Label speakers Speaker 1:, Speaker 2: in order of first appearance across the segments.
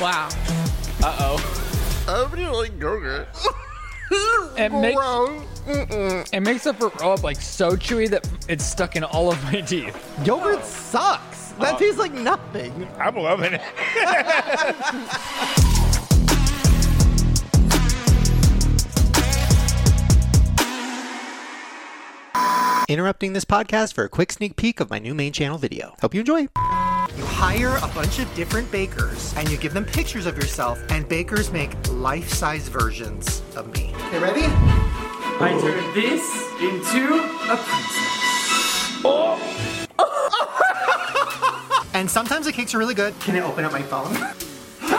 Speaker 1: Wow.
Speaker 2: Uh oh.
Speaker 3: I do you like yogurt?
Speaker 4: It makes
Speaker 3: Gross.
Speaker 4: it makes the roll up like so chewy that it's stuck in all of my teeth.
Speaker 5: Yogurt sucks. That tastes like nothing.
Speaker 2: Oh. I'm loving it.
Speaker 5: Interrupting this podcast for a quick sneak peek of my new main channel video. Hope you enjoy.
Speaker 6: You hire a bunch of different bakers and you give them pictures of yourself, and bakers make life size versions of me. You ready?
Speaker 7: I turn this into a princess.
Speaker 6: And sometimes the cakes are really good. Can I open up my phone?
Speaker 7: Oh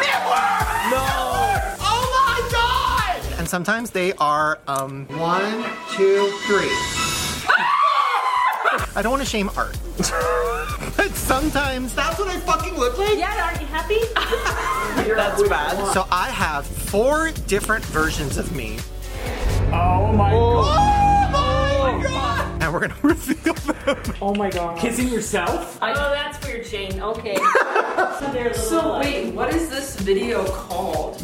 Speaker 7: my god!
Speaker 6: And sometimes they are, um, one, two, three. I don't want to shame art. but sometimes that's what I fucking look like.
Speaker 1: Yeah, aren't you happy?
Speaker 7: That's bad.
Speaker 6: So I have four different versions of me,
Speaker 7: Oh my god.
Speaker 6: and we're gonna reveal them.
Speaker 7: Oh my god. Kissing yourself?
Speaker 1: oh, that's weird, Shane. Okay.
Speaker 8: So wait, what is this video called?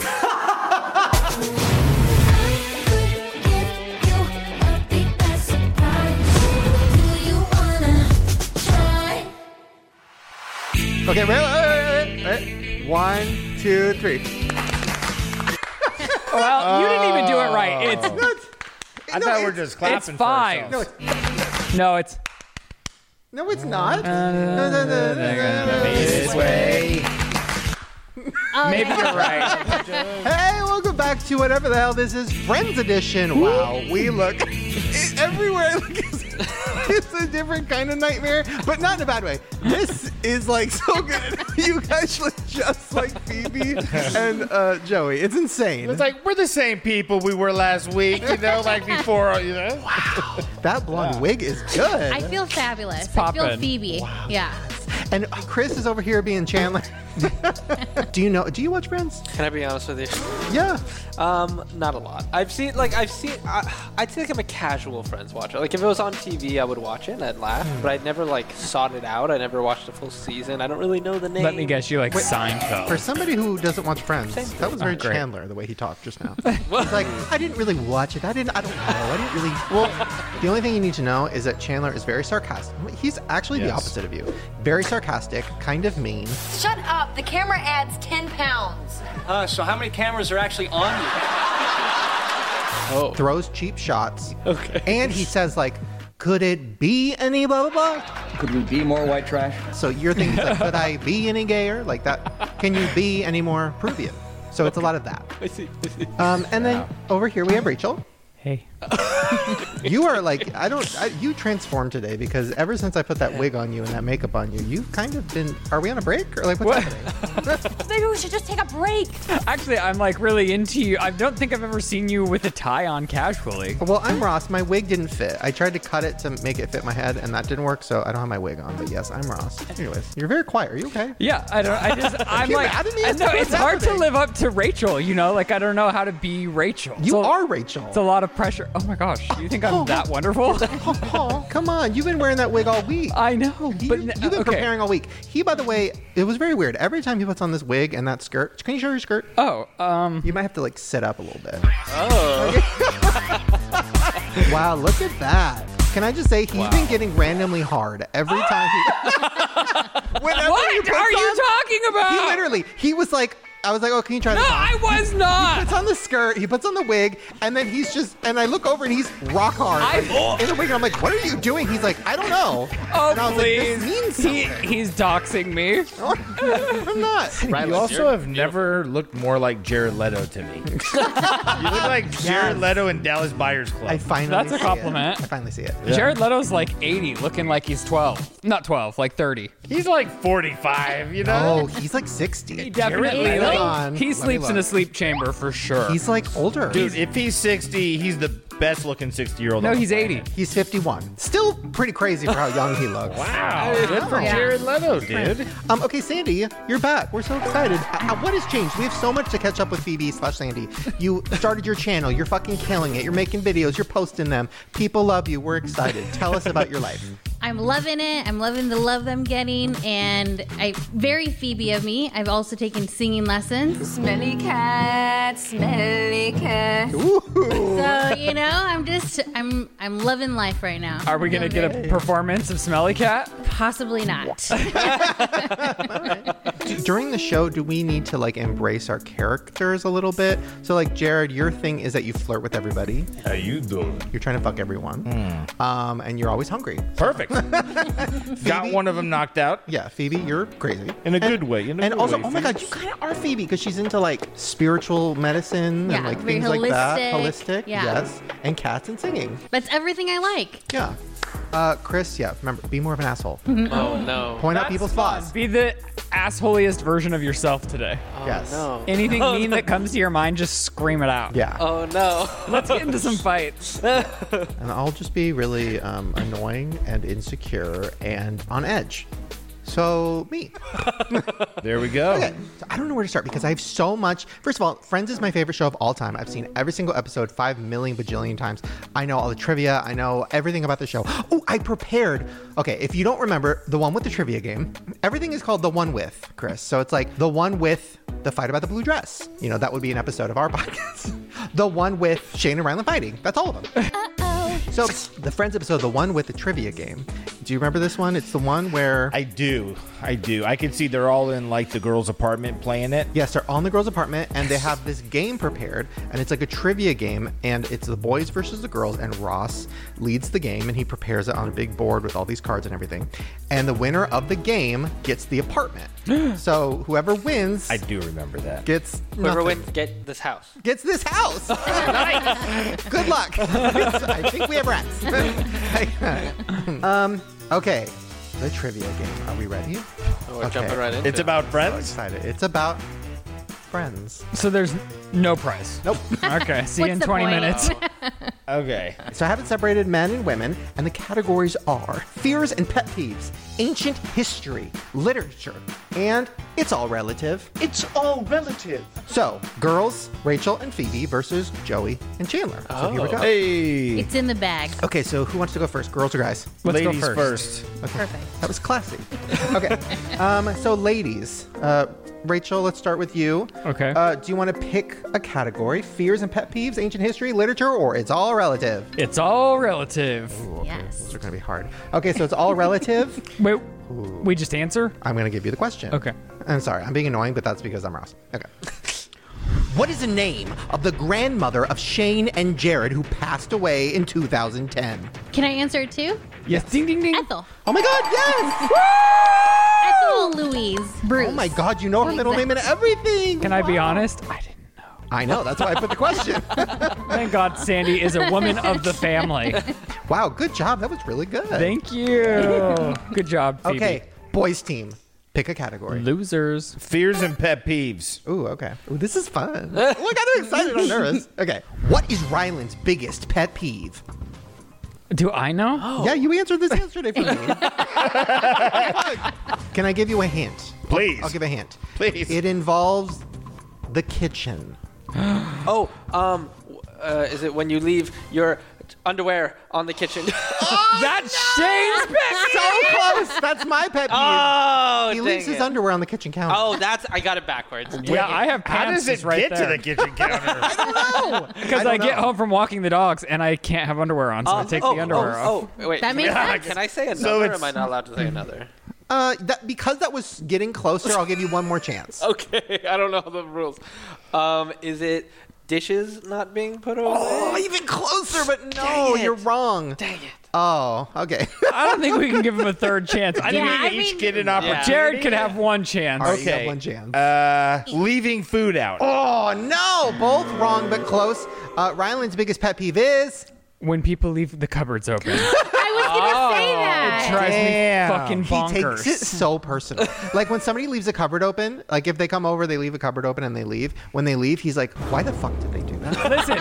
Speaker 5: Okay, wait, wait, wait, wait, wait. One, two, three.
Speaker 4: Well, you didn't even do it right. It's
Speaker 2: I thought we were just clapping.
Speaker 4: it's
Speaker 2: for
Speaker 4: five.
Speaker 2: ourselves.
Speaker 4: No, it's
Speaker 5: No, it's not. No, no, no, no, no, no.
Speaker 2: This way.
Speaker 4: maybe you're right.
Speaker 5: Hey, welcome back to whatever the hell this is, Friends Edition. Wow, we look everywhere. I look, it's, it's a different kind of nightmare, but not in a bad way. This is like so good. You guys look just like Phoebe and uh, Joey. It's insane.
Speaker 2: It's like we're the same people we were last week, you know, like before, you know.
Speaker 5: that blonde wig is good.
Speaker 9: I feel fabulous. I
Speaker 4: poppin'.
Speaker 9: feel Phoebe. Yeah.
Speaker 5: and Chris is over here being Chandler. do you know? Do you watch Friends?
Speaker 10: Can I be honest with you?
Speaker 5: Yeah.
Speaker 10: Um, not a lot. I've seen like I've seen. I, I'd say like I'm a casual Friends watcher. Like if it was on TV, I would watch it and I'd laugh, but I never like sought it out. I never watched a full season. I don't really know the name.
Speaker 4: Let me guess, you like Seinfeld.
Speaker 5: For somebody who doesn't watch Friends, that was very
Speaker 4: Oh, great.
Speaker 5: Chandler the way he talked just now. it's like I didn't really watch it. I didn't. I don't know. I didn't really. Well, the only thing you need to know is that Chandler is very sarcastic. He's actually the
Speaker 2: Yes.
Speaker 5: opposite of you. Very sarcastic, kind of mean.
Speaker 9: Shut up. The camera adds 10 pounds.
Speaker 7: Uh, so how many cameras are actually on you?
Speaker 5: Throws cheap shots. Okay. And he says like, "Could it be any blah blah blah?"
Speaker 11: Could we be more white trash?
Speaker 5: So you're thinking like, "Could I be any gayer?" Like that. Can you be any more Peruvian? So it's a lot of that.
Speaker 10: I see. I see.
Speaker 5: Um, and then over here we have Rachel.
Speaker 4: Hey.
Speaker 5: You are like I don't. I, you transformed today because ever since I put that wig on you and that makeup on you, you've kind of been. Are we on a break or like what's
Speaker 4: What?
Speaker 5: happening?
Speaker 9: Maybe we should just take a break.
Speaker 4: Actually, I'm like really into you. I don't think I've ever seen you with a tie on casually.
Speaker 5: Well, I'm Ross. My wig didn't fit. I tried to cut it to make it fit my head, and that didn't work. So I don't have my wig on. But yes, I'm Ross. Anyways, you're very quiet. Are you okay?
Speaker 4: Yeah, I don't. I just. I'm
Speaker 5: you
Speaker 4: like.
Speaker 5: mad at me?
Speaker 4: I
Speaker 5: That's
Speaker 4: know
Speaker 5: what's
Speaker 4: it's hard to
Speaker 5: happening.
Speaker 4: live up to Rachel. You know, like I don't know how to be Rachel.
Speaker 5: You
Speaker 4: It's a-
Speaker 5: are Rachel.
Speaker 4: It's a lot of pressure. Oh my gosh, you think I'm that wonderful?
Speaker 5: Paul, come on. You've been wearing that wig all week.
Speaker 4: I know,
Speaker 5: You,
Speaker 4: but n-
Speaker 5: have
Speaker 4: uh,
Speaker 5: been
Speaker 4: okay.
Speaker 5: preparing all week. He, by the way, it was very weird. Every time he puts on this wig and that skirt, can you show your skirt?
Speaker 4: Oh, um,
Speaker 5: You might have to like sit up a little bit. Oh. wow, look at that. Can I just say he's been getting randomly hard every time he Whenever he
Speaker 4: what
Speaker 5: puts
Speaker 4: are you
Speaker 5: on-
Speaker 4: talking about?
Speaker 5: He literally he was like I was like, "Oh, can you try
Speaker 4: No,
Speaker 5: this?" on?
Speaker 4: I was
Speaker 5: He
Speaker 4: not.
Speaker 5: puts on the skirt, he puts on the wig, and then he's just and I look over and he's rock hard.
Speaker 4: I-
Speaker 5: like, in the wig and I'm like, "What are you doing?" He's like, "I don't know."
Speaker 4: Oh
Speaker 5: and I was
Speaker 4: please!
Speaker 5: like, "This means
Speaker 4: he,
Speaker 5: something."
Speaker 4: he's doxing me.
Speaker 5: I'm not.
Speaker 2: You also have never looked more like Jared Leto to me. you look like Jared Leto in Dallas Buyers Club.
Speaker 5: I finally
Speaker 4: That's a
Speaker 5: see it.
Speaker 4: compliment.
Speaker 5: I finally see it.
Speaker 4: Jared Leto's like 80, looking like he's 12. Not 12, like 30.
Speaker 2: He's like 45, you know?
Speaker 5: Oh, he's like 60.
Speaker 4: He definitely.
Speaker 5: Leto?
Speaker 4: like,
Speaker 5: Hold on,
Speaker 4: he
Speaker 5: let me
Speaker 4: sleeps in a
Speaker 5: look.
Speaker 4: sleep chamber for sure.
Speaker 5: He's like older.
Speaker 2: Dude, if he's 60, he's the best looking 60 year old.
Speaker 4: no, he's 80.
Speaker 5: He's 51. Still pretty crazy for how young he looks.
Speaker 2: Wow. Good for
Speaker 9: Yeah.
Speaker 2: Jared Leto, dude.
Speaker 5: Um, okay, Sandy, you're back. We're so excited. Uh, uh, what has changed? We have so much to catch up with Phoebe slash Sandy. You started your channel. You're fucking killing it. You're making videos. You're posting them. People love you. We're excited. Tell us about your life.
Speaker 11: I'm loving it. I'm loving the love I'm getting, and I very Phoebe of me. I've also taken singing lessons.
Speaker 9: Smelly cat, smelly cat.
Speaker 11: So you know, I'm just I'm I'm loving life right now.
Speaker 4: Are we gonna get a performance of Smelly Cat?
Speaker 11: Possibly not.
Speaker 5: During the show, do we need to like embrace our characters a little bit? So, like Jared, your thing is that you flirt with everybody.
Speaker 12: How you doing?
Speaker 5: You're trying to fuck everyone,
Speaker 10: Hmm.
Speaker 5: um, and you're always hungry.
Speaker 2: Perfect. Got one of them knocked out.
Speaker 5: Yeah, Phoebe, you're crazy
Speaker 2: in a good way. In a
Speaker 5: and
Speaker 2: good
Speaker 5: also,
Speaker 2: way,
Speaker 5: oh my
Speaker 2: Phoebe.
Speaker 5: god, you kind of are Phoebe because she's into like spiritual medicine
Speaker 11: Yeah,
Speaker 5: and like
Speaker 11: very
Speaker 5: things like that,
Speaker 11: holistic.
Speaker 5: holistic.
Speaker 11: Yeah.
Speaker 5: Yes, and cats and singing.
Speaker 11: That's everything I like.
Speaker 5: Yeah. Uh, Chris, yeah, remember, be more of an asshole.
Speaker 11: Mm-hmm.
Speaker 10: Oh no.
Speaker 5: Point out people's flaws.
Speaker 4: Be the assholiest version of yourself today.
Speaker 5: yes.
Speaker 4: Anything
Speaker 10: Oh,
Speaker 4: mean
Speaker 10: no.
Speaker 4: that comes to your mind, just scream it out.
Speaker 5: Yeah.
Speaker 10: Oh no.
Speaker 4: Let's get into some fights.
Speaker 5: And I'll just be really um, annoying and insecure and on edge. So, me.
Speaker 2: there we go.
Speaker 5: Okay. So I don't know where to start because I have so much. First of all, Friends is my favorite show of all time. I've seen every single episode five million bajillion times. I know all the trivia. I know everything about the show. Oh, I prepared. Okay, if you don't remember, the one with the trivia game, everything is called the one with, Chris. So it's like the one with the fight about the blue dress. You know, that would be an episode of our podcast. the one with Shane and Rylan fighting. That's all of them. So the Friends episode, the one with the trivia game. Do you remember this one? It's the one where
Speaker 2: I do. I do. I can see they're all in like the girls' apartment playing it.
Speaker 5: Yes, they're all in the girls' apartment, and they have this game prepared, and it's like a trivia game, and it's the boys versus the girls, and Ross leads the game, and he prepares it on a big board with all these cards and everything, and the winner of the game gets the apartment. so whoever wins
Speaker 2: I do remember that.
Speaker 5: gets
Speaker 10: Whoever
Speaker 5: nothing.
Speaker 10: wins, get this house.
Speaker 5: gets this house. Good luck. I think we have rats. um, okay, the trivia game. Are we ready?
Speaker 10: Oh, we're jumping right in.
Speaker 2: It's about friends.
Speaker 5: Excited. It's about friends.
Speaker 4: So there's no prize.
Speaker 5: Nope.
Speaker 4: Okay. See you
Speaker 11: What's
Speaker 4: in
Speaker 11: the
Speaker 4: 20
Speaker 11: point?
Speaker 4: minutes.
Speaker 2: Okay.
Speaker 5: So I have it separated men and women, and the categories are fears and pet peeves, ancient history, literature, and it's all relative. It's all relative. So, girls, Rachel and Phoebe versus Joey and Chandler. So here we go.
Speaker 2: Hey.
Speaker 11: It's in the bag.
Speaker 5: Okay, so who wants to go first, girls or guys?
Speaker 4: Let's
Speaker 2: Ladies
Speaker 4: go first.
Speaker 2: first.
Speaker 11: Perfect.
Speaker 5: That was classy. Okay. um, so, ladies, uh, Rachel, let's start with you.
Speaker 4: Okay.
Speaker 5: Uh, do you want to pick a category? Fears and pet peeves, ancient history, literature, or it's all relative?
Speaker 4: It's all relative.
Speaker 11: Yes.
Speaker 5: Those are going to be hard. Okay, so it's all relative.
Speaker 4: Wait, we just answer?
Speaker 5: I'm going to give you the question.
Speaker 4: Okay.
Speaker 5: I'm sorry. I'm being annoying, but that's because I'm Ross. Okay. What is the name of the grandmother of Shane and Jared who passed away in 2010?
Speaker 11: Can I answer it too?
Speaker 5: Mm-hmm.
Speaker 4: Yes. Ding, ding, ding.
Speaker 11: Ethel.
Speaker 5: Oh my God, yes!
Speaker 11: Ethel Louise Bruce.
Speaker 5: oh my God, you know her middle name and everything.
Speaker 4: Can I be honest? I didn't know.
Speaker 5: I know, that's why I put the question.
Speaker 4: Thank God Sandy is a woman of the family.
Speaker 5: wow, good job. That was really good.
Speaker 4: Thank you. Good job, Phoebe.
Speaker 5: okay, boys team, pick a category.
Speaker 4: Losers.
Speaker 2: Fears and pet peeves.
Speaker 5: Ooh, okay. Ooh, this is fun. Look, I'm excited. I'm nervous. Okay. What is Ryland's biggest pet peeve?
Speaker 4: Do I know?
Speaker 5: Yeah, you answered this yesterday for me. Can I give you a hint?
Speaker 2: Please.
Speaker 5: I'll give a hint.
Speaker 2: Please.
Speaker 5: It involves the kitchen.
Speaker 10: Oh, um, w- uh, is it when you leave your underwear on the kitchen?
Speaker 4: That's Shane's pick.
Speaker 5: So close. That's my pet peeve.
Speaker 10: oh,
Speaker 5: he leaves
Speaker 10: dang
Speaker 5: his
Speaker 10: it.
Speaker 5: underwear on the kitchen counter.
Speaker 10: Oh, that's I got it backwards.
Speaker 4: Yeah, I have pants
Speaker 2: How does
Speaker 4: just
Speaker 2: it
Speaker 4: right
Speaker 2: get
Speaker 4: there.
Speaker 2: to the kitchen counter?
Speaker 4: Because I,
Speaker 5: don't
Speaker 4: get
Speaker 5: know.
Speaker 4: home from walking the dogs and I can't have underwear on, so I
Speaker 10: Um,
Speaker 4: take
Speaker 10: oh,
Speaker 4: the underwear
Speaker 10: oh,
Speaker 4: off.
Speaker 10: Oh, wait.
Speaker 11: That
Speaker 10: can
Speaker 11: makes
Speaker 10: I-
Speaker 11: sense.
Speaker 10: Can I say another? or
Speaker 2: it's-
Speaker 10: am I not allowed to say another?
Speaker 5: Uh, that, because that was getting closer, I'll give you one more chance.
Speaker 10: Okay, I don't know the rules. Um, is it dishes not being put away?
Speaker 5: Oh, even closer, but no,
Speaker 10: Dang it.
Speaker 5: you're wrong.
Speaker 10: Dang it.
Speaker 5: Oh, okay.
Speaker 4: I don't think we can give him a third chance. I
Speaker 2: Do
Speaker 4: think
Speaker 2: we
Speaker 11: I
Speaker 2: each
Speaker 11: mean-
Speaker 2: get an opportunity?
Speaker 4: Jared could have one chance.
Speaker 5: All right, you got
Speaker 2: Okay.
Speaker 5: one chance.
Speaker 2: Uh, leaving food out.
Speaker 5: Oh no, both wrong but close. Uh, Ryland's biggest pet peeve is
Speaker 4: When people leave the cupboards open,
Speaker 11: I was gonna say
Speaker 5: Oh,
Speaker 11: that.
Speaker 4: drives
Speaker 2: Damn.
Speaker 4: me fucking
Speaker 5: he takes it
Speaker 4: bonkers.
Speaker 5: so personal. like when somebody leaves a cupboard open, like if they come over, they leave a cupboard open and they leave. When they leave, he's like, "Why the fuck did they do that?"
Speaker 4: Listen,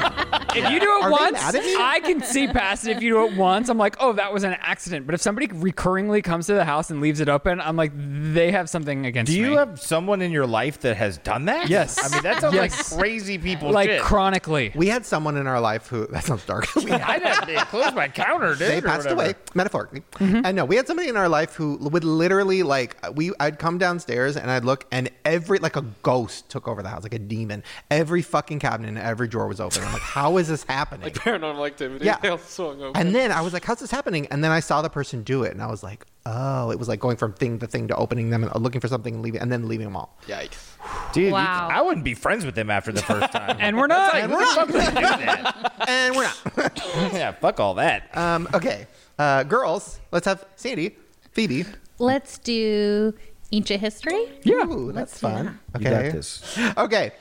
Speaker 4: If you do it
Speaker 13: Are they
Speaker 4: once,
Speaker 13: mad at me?
Speaker 4: I can see past it. If you do it once, I'm like, oh, that was an accident. But if somebody recurringly comes to the house and leaves it open, I'm like, they have something against
Speaker 2: Do
Speaker 4: me.
Speaker 2: you have someone in your life that has done that?
Speaker 4: Yes.
Speaker 2: I mean, that sounds
Speaker 4: Yes.
Speaker 2: like crazy people
Speaker 4: like
Speaker 2: shit.
Speaker 4: chronically?
Speaker 13: We had someone in our life who that sounds dark.
Speaker 2: I didn't they closed my counter, dude.
Speaker 13: they
Speaker 2: or
Speaker 13: passed
Speaker 2: whatever.
Speaker 13: away metaphorically. I know we had somebody in our life who would literally like we. I'd come downstairs and I'd look, and every like a ghost took over the house, like a demon. Every fucking cabinet, and every drawer was open. I'm like, how is this happening?
Speaker 10: Paranormal activity.
Speaker 13: Yeah.
Speaker 10: They all swung open.
Speaker 13: and then I was like, how's this happening? And then I saw the person do it, and I was like, oh, it was like going from thing to thing to opening them and uh, looking for something and leaving, and then leaving them all.
Speaker 10: Yikes.
Speaker 2: Dude, you-
Speaker 11: Wow.
Speaker 2: I wouldn't be friends with them after the first time.
Speaker 4: And we're not.
Speaker 2: Like, who the fuck would do that?
Speaker 13: And we're not.
Speaker 2: yeah, fuck all that.
Speaker 13: Um, okay, uh, girls, let's have Sandy, Phoebe.
Speaker 11: Let's do ancient history.
Speaker 4: Oh,
Speaker 13: Yeah, that's
Speaker 11: do
Speaker 13: fun.
Speaker 2: You got
Speaker 13: Okay.
Speaker 2: this.
Speaker 13: Okay.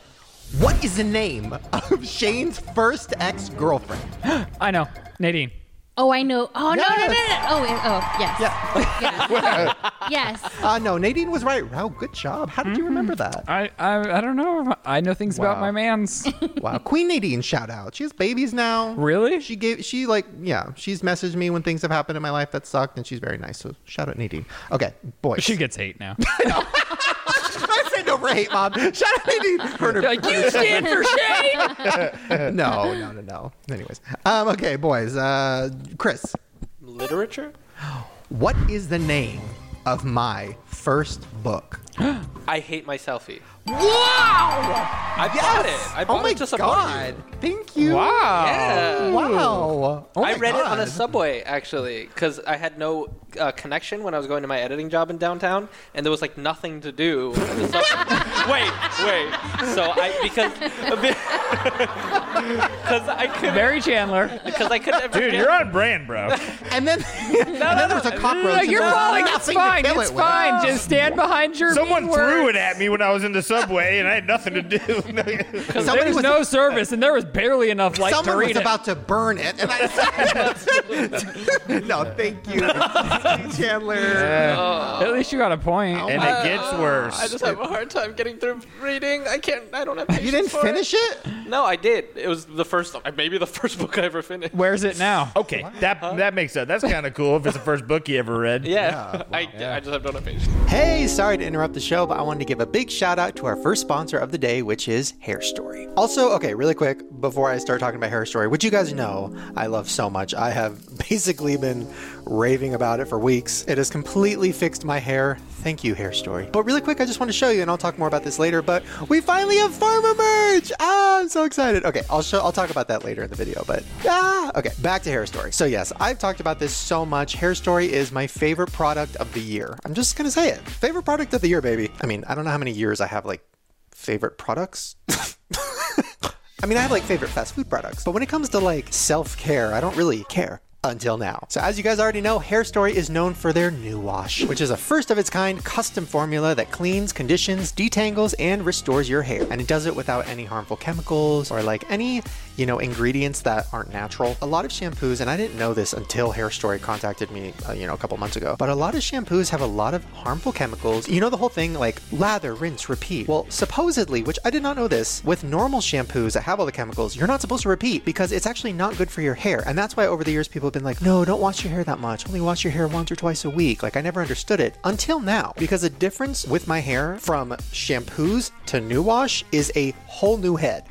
Speaker 13: What is the name of Shane's first ex girlfriend?
Speaker 4: I know, Nadine.
Speaker 11: Oh, I know. Oh no, no, no, no.
Speaker 13: Yes.
Speaker 11: Oh, it- oh, yes.
Speaker 13: Yeah.
Speaker 11: Yes.
Speaker 13: Uh, no, Nadine was right. Wow, good job. How did you remember that?
Speaker 4: I I, I don't know. I know things about
Speaker 13: Wow.
Speaker 4: my man's.
Speaker 13: Wow. Queen Nadine shout out. She has babies now.
Speaker 4: Really?
Speaker 13: She gave she like yeah, she's messaged me when things have happened in my life that sucked and she's very nice. So shout out Nadine. Okay, boys.
Speaker 4: She gets hate now.
Speaker 13: I said no for hate mom. Shout out Nadine. Her-
Speaker 4: like you stand for shame.
Speaker 13: no, no, no, no. Anyways. Um, okay, boys. Uh Chris,
Speaker 10: Literature?
Speaker 13: what is the name of my first book?
Speaker 10: I hate my selfie.
Speaker 13: Wow!
Speaker 10: I bought it. I bought
Speaker 13: oh my
Speaker 10: it to support
Speaker 13: god!
Speaker 10: you.
Speaker 13: Thank you.
Speaker 2: Wow.
Speaker 10: Yeah.
Speaker 13: Wow. Oh
Speaker 10: I
Speaker 13: my
Speaker 10: read it on
Speaker 13: God.
Speaker 10: a subway actually because I had no uh, connection when I was going to my editing job in downtown, and there was like nothing to do. on the subway. wait, wait. So I because because I could
Speaker 4: Barry Chandler.
Speaker 10: because I could never.
Speaker 2: Dude,
Speaker 10: get-
Speaker 2: you're on brand, bro.
Speaker 13: And then, and then there was a cockroach.
Speaker 4: No,
Speaker 13: and
Speaker 4: you're
Speaker 13: there was
Speaker 4: falling. It's
Speaker 13: nothing to
Speaker 4: fine.
Speaker 13: fill
Speaker 4: It's
Speaker 13: it with.
Speaker 4: fine. Just stand behind your.
Speaker 2: Someone
Speaker 4: mean
Speaker 2: threw it
Speaker 4: words.
Speaker 2: at me when I was in the subway, and I had nothing to do.
Speaker 13: Somebody
Speaker 4: there was
Speaker 13: was-
Speaker 4: no service, and there was barely enough light
Speaker 13: Someone
Speaker 4: to read
Speaker 13: was
Speaker 4: it.
Speaker 13: about to burn it, and I said, "No, thank you, Chandler."
Speaker 4: At least you got a point.
Speaker 2: and it gets worse.
Speaker 10: I just have a hard time getting through reading. I can't. I don't have.
Speaker 13: you didn't
Speaker 10: patience for
Speaker 13: finish it.
Speaker 10: it. No, I did. It was the first, uh, maybe the first book I ever finished.
Speaker 4: Where's it now?
Speaker 2: okay, that that makes sense. That's kind of cool if it's the first book you ever read.
Speaker 10: Yeah, I, I just have not have patience.
Speaker 5: Hey, sorry to interrupt the show, but I wanted to give a big shout out to our first sponsor of the day, which is Hair Story. Also, okay, really quick, before I start talking about Hair Story, which you guys know I love so much, I have basically been raving about it for weeks. It has completely fixed my hair. Thank you, Hair Story. But really quick, I just want to show you, and I'll talk more about this later, but we finally have farmer merch! Ah, I'm so excited. Okay, I'll show I'll talk about that later in the video, but ah okay, back to Hair Story. So yes, I've talked about this so much. Hair Story is my favorite product of the year. I'm just gonna say it. Favorite product of the year, baby. I mean, I don't know how many years I have like favorite products. I mean, I have like favorite fast food products, but when it comes to like self care, I don't really care until now. So, as you guys already know, Hair Story is known for their New Wash, which is a first of its kind custom formula that cleans, conditions, detangles, and restores your hair. And it does it without any harmful chemicals or like any, you know, ingredients that aren't natural. A lot of shampoos, and I didn't know this until Hair Story contacted me, uh, you know, a couple months ago, but a lot of shampoos have a lot of harmful chemicals. You know, the whole thing like lather, rinse, repeat. Well, supposedly, which I did not know this, with normal shampoos that have all the chemicals, you're not supposed to repeat because it's actually not good for your hair. And that's why over the years people have been like, no, don't wash your hair that much. Only wash your hair once or twice a week. Like I never understood it until now because the difference with my hair from shampoos to new wash is a whole new head.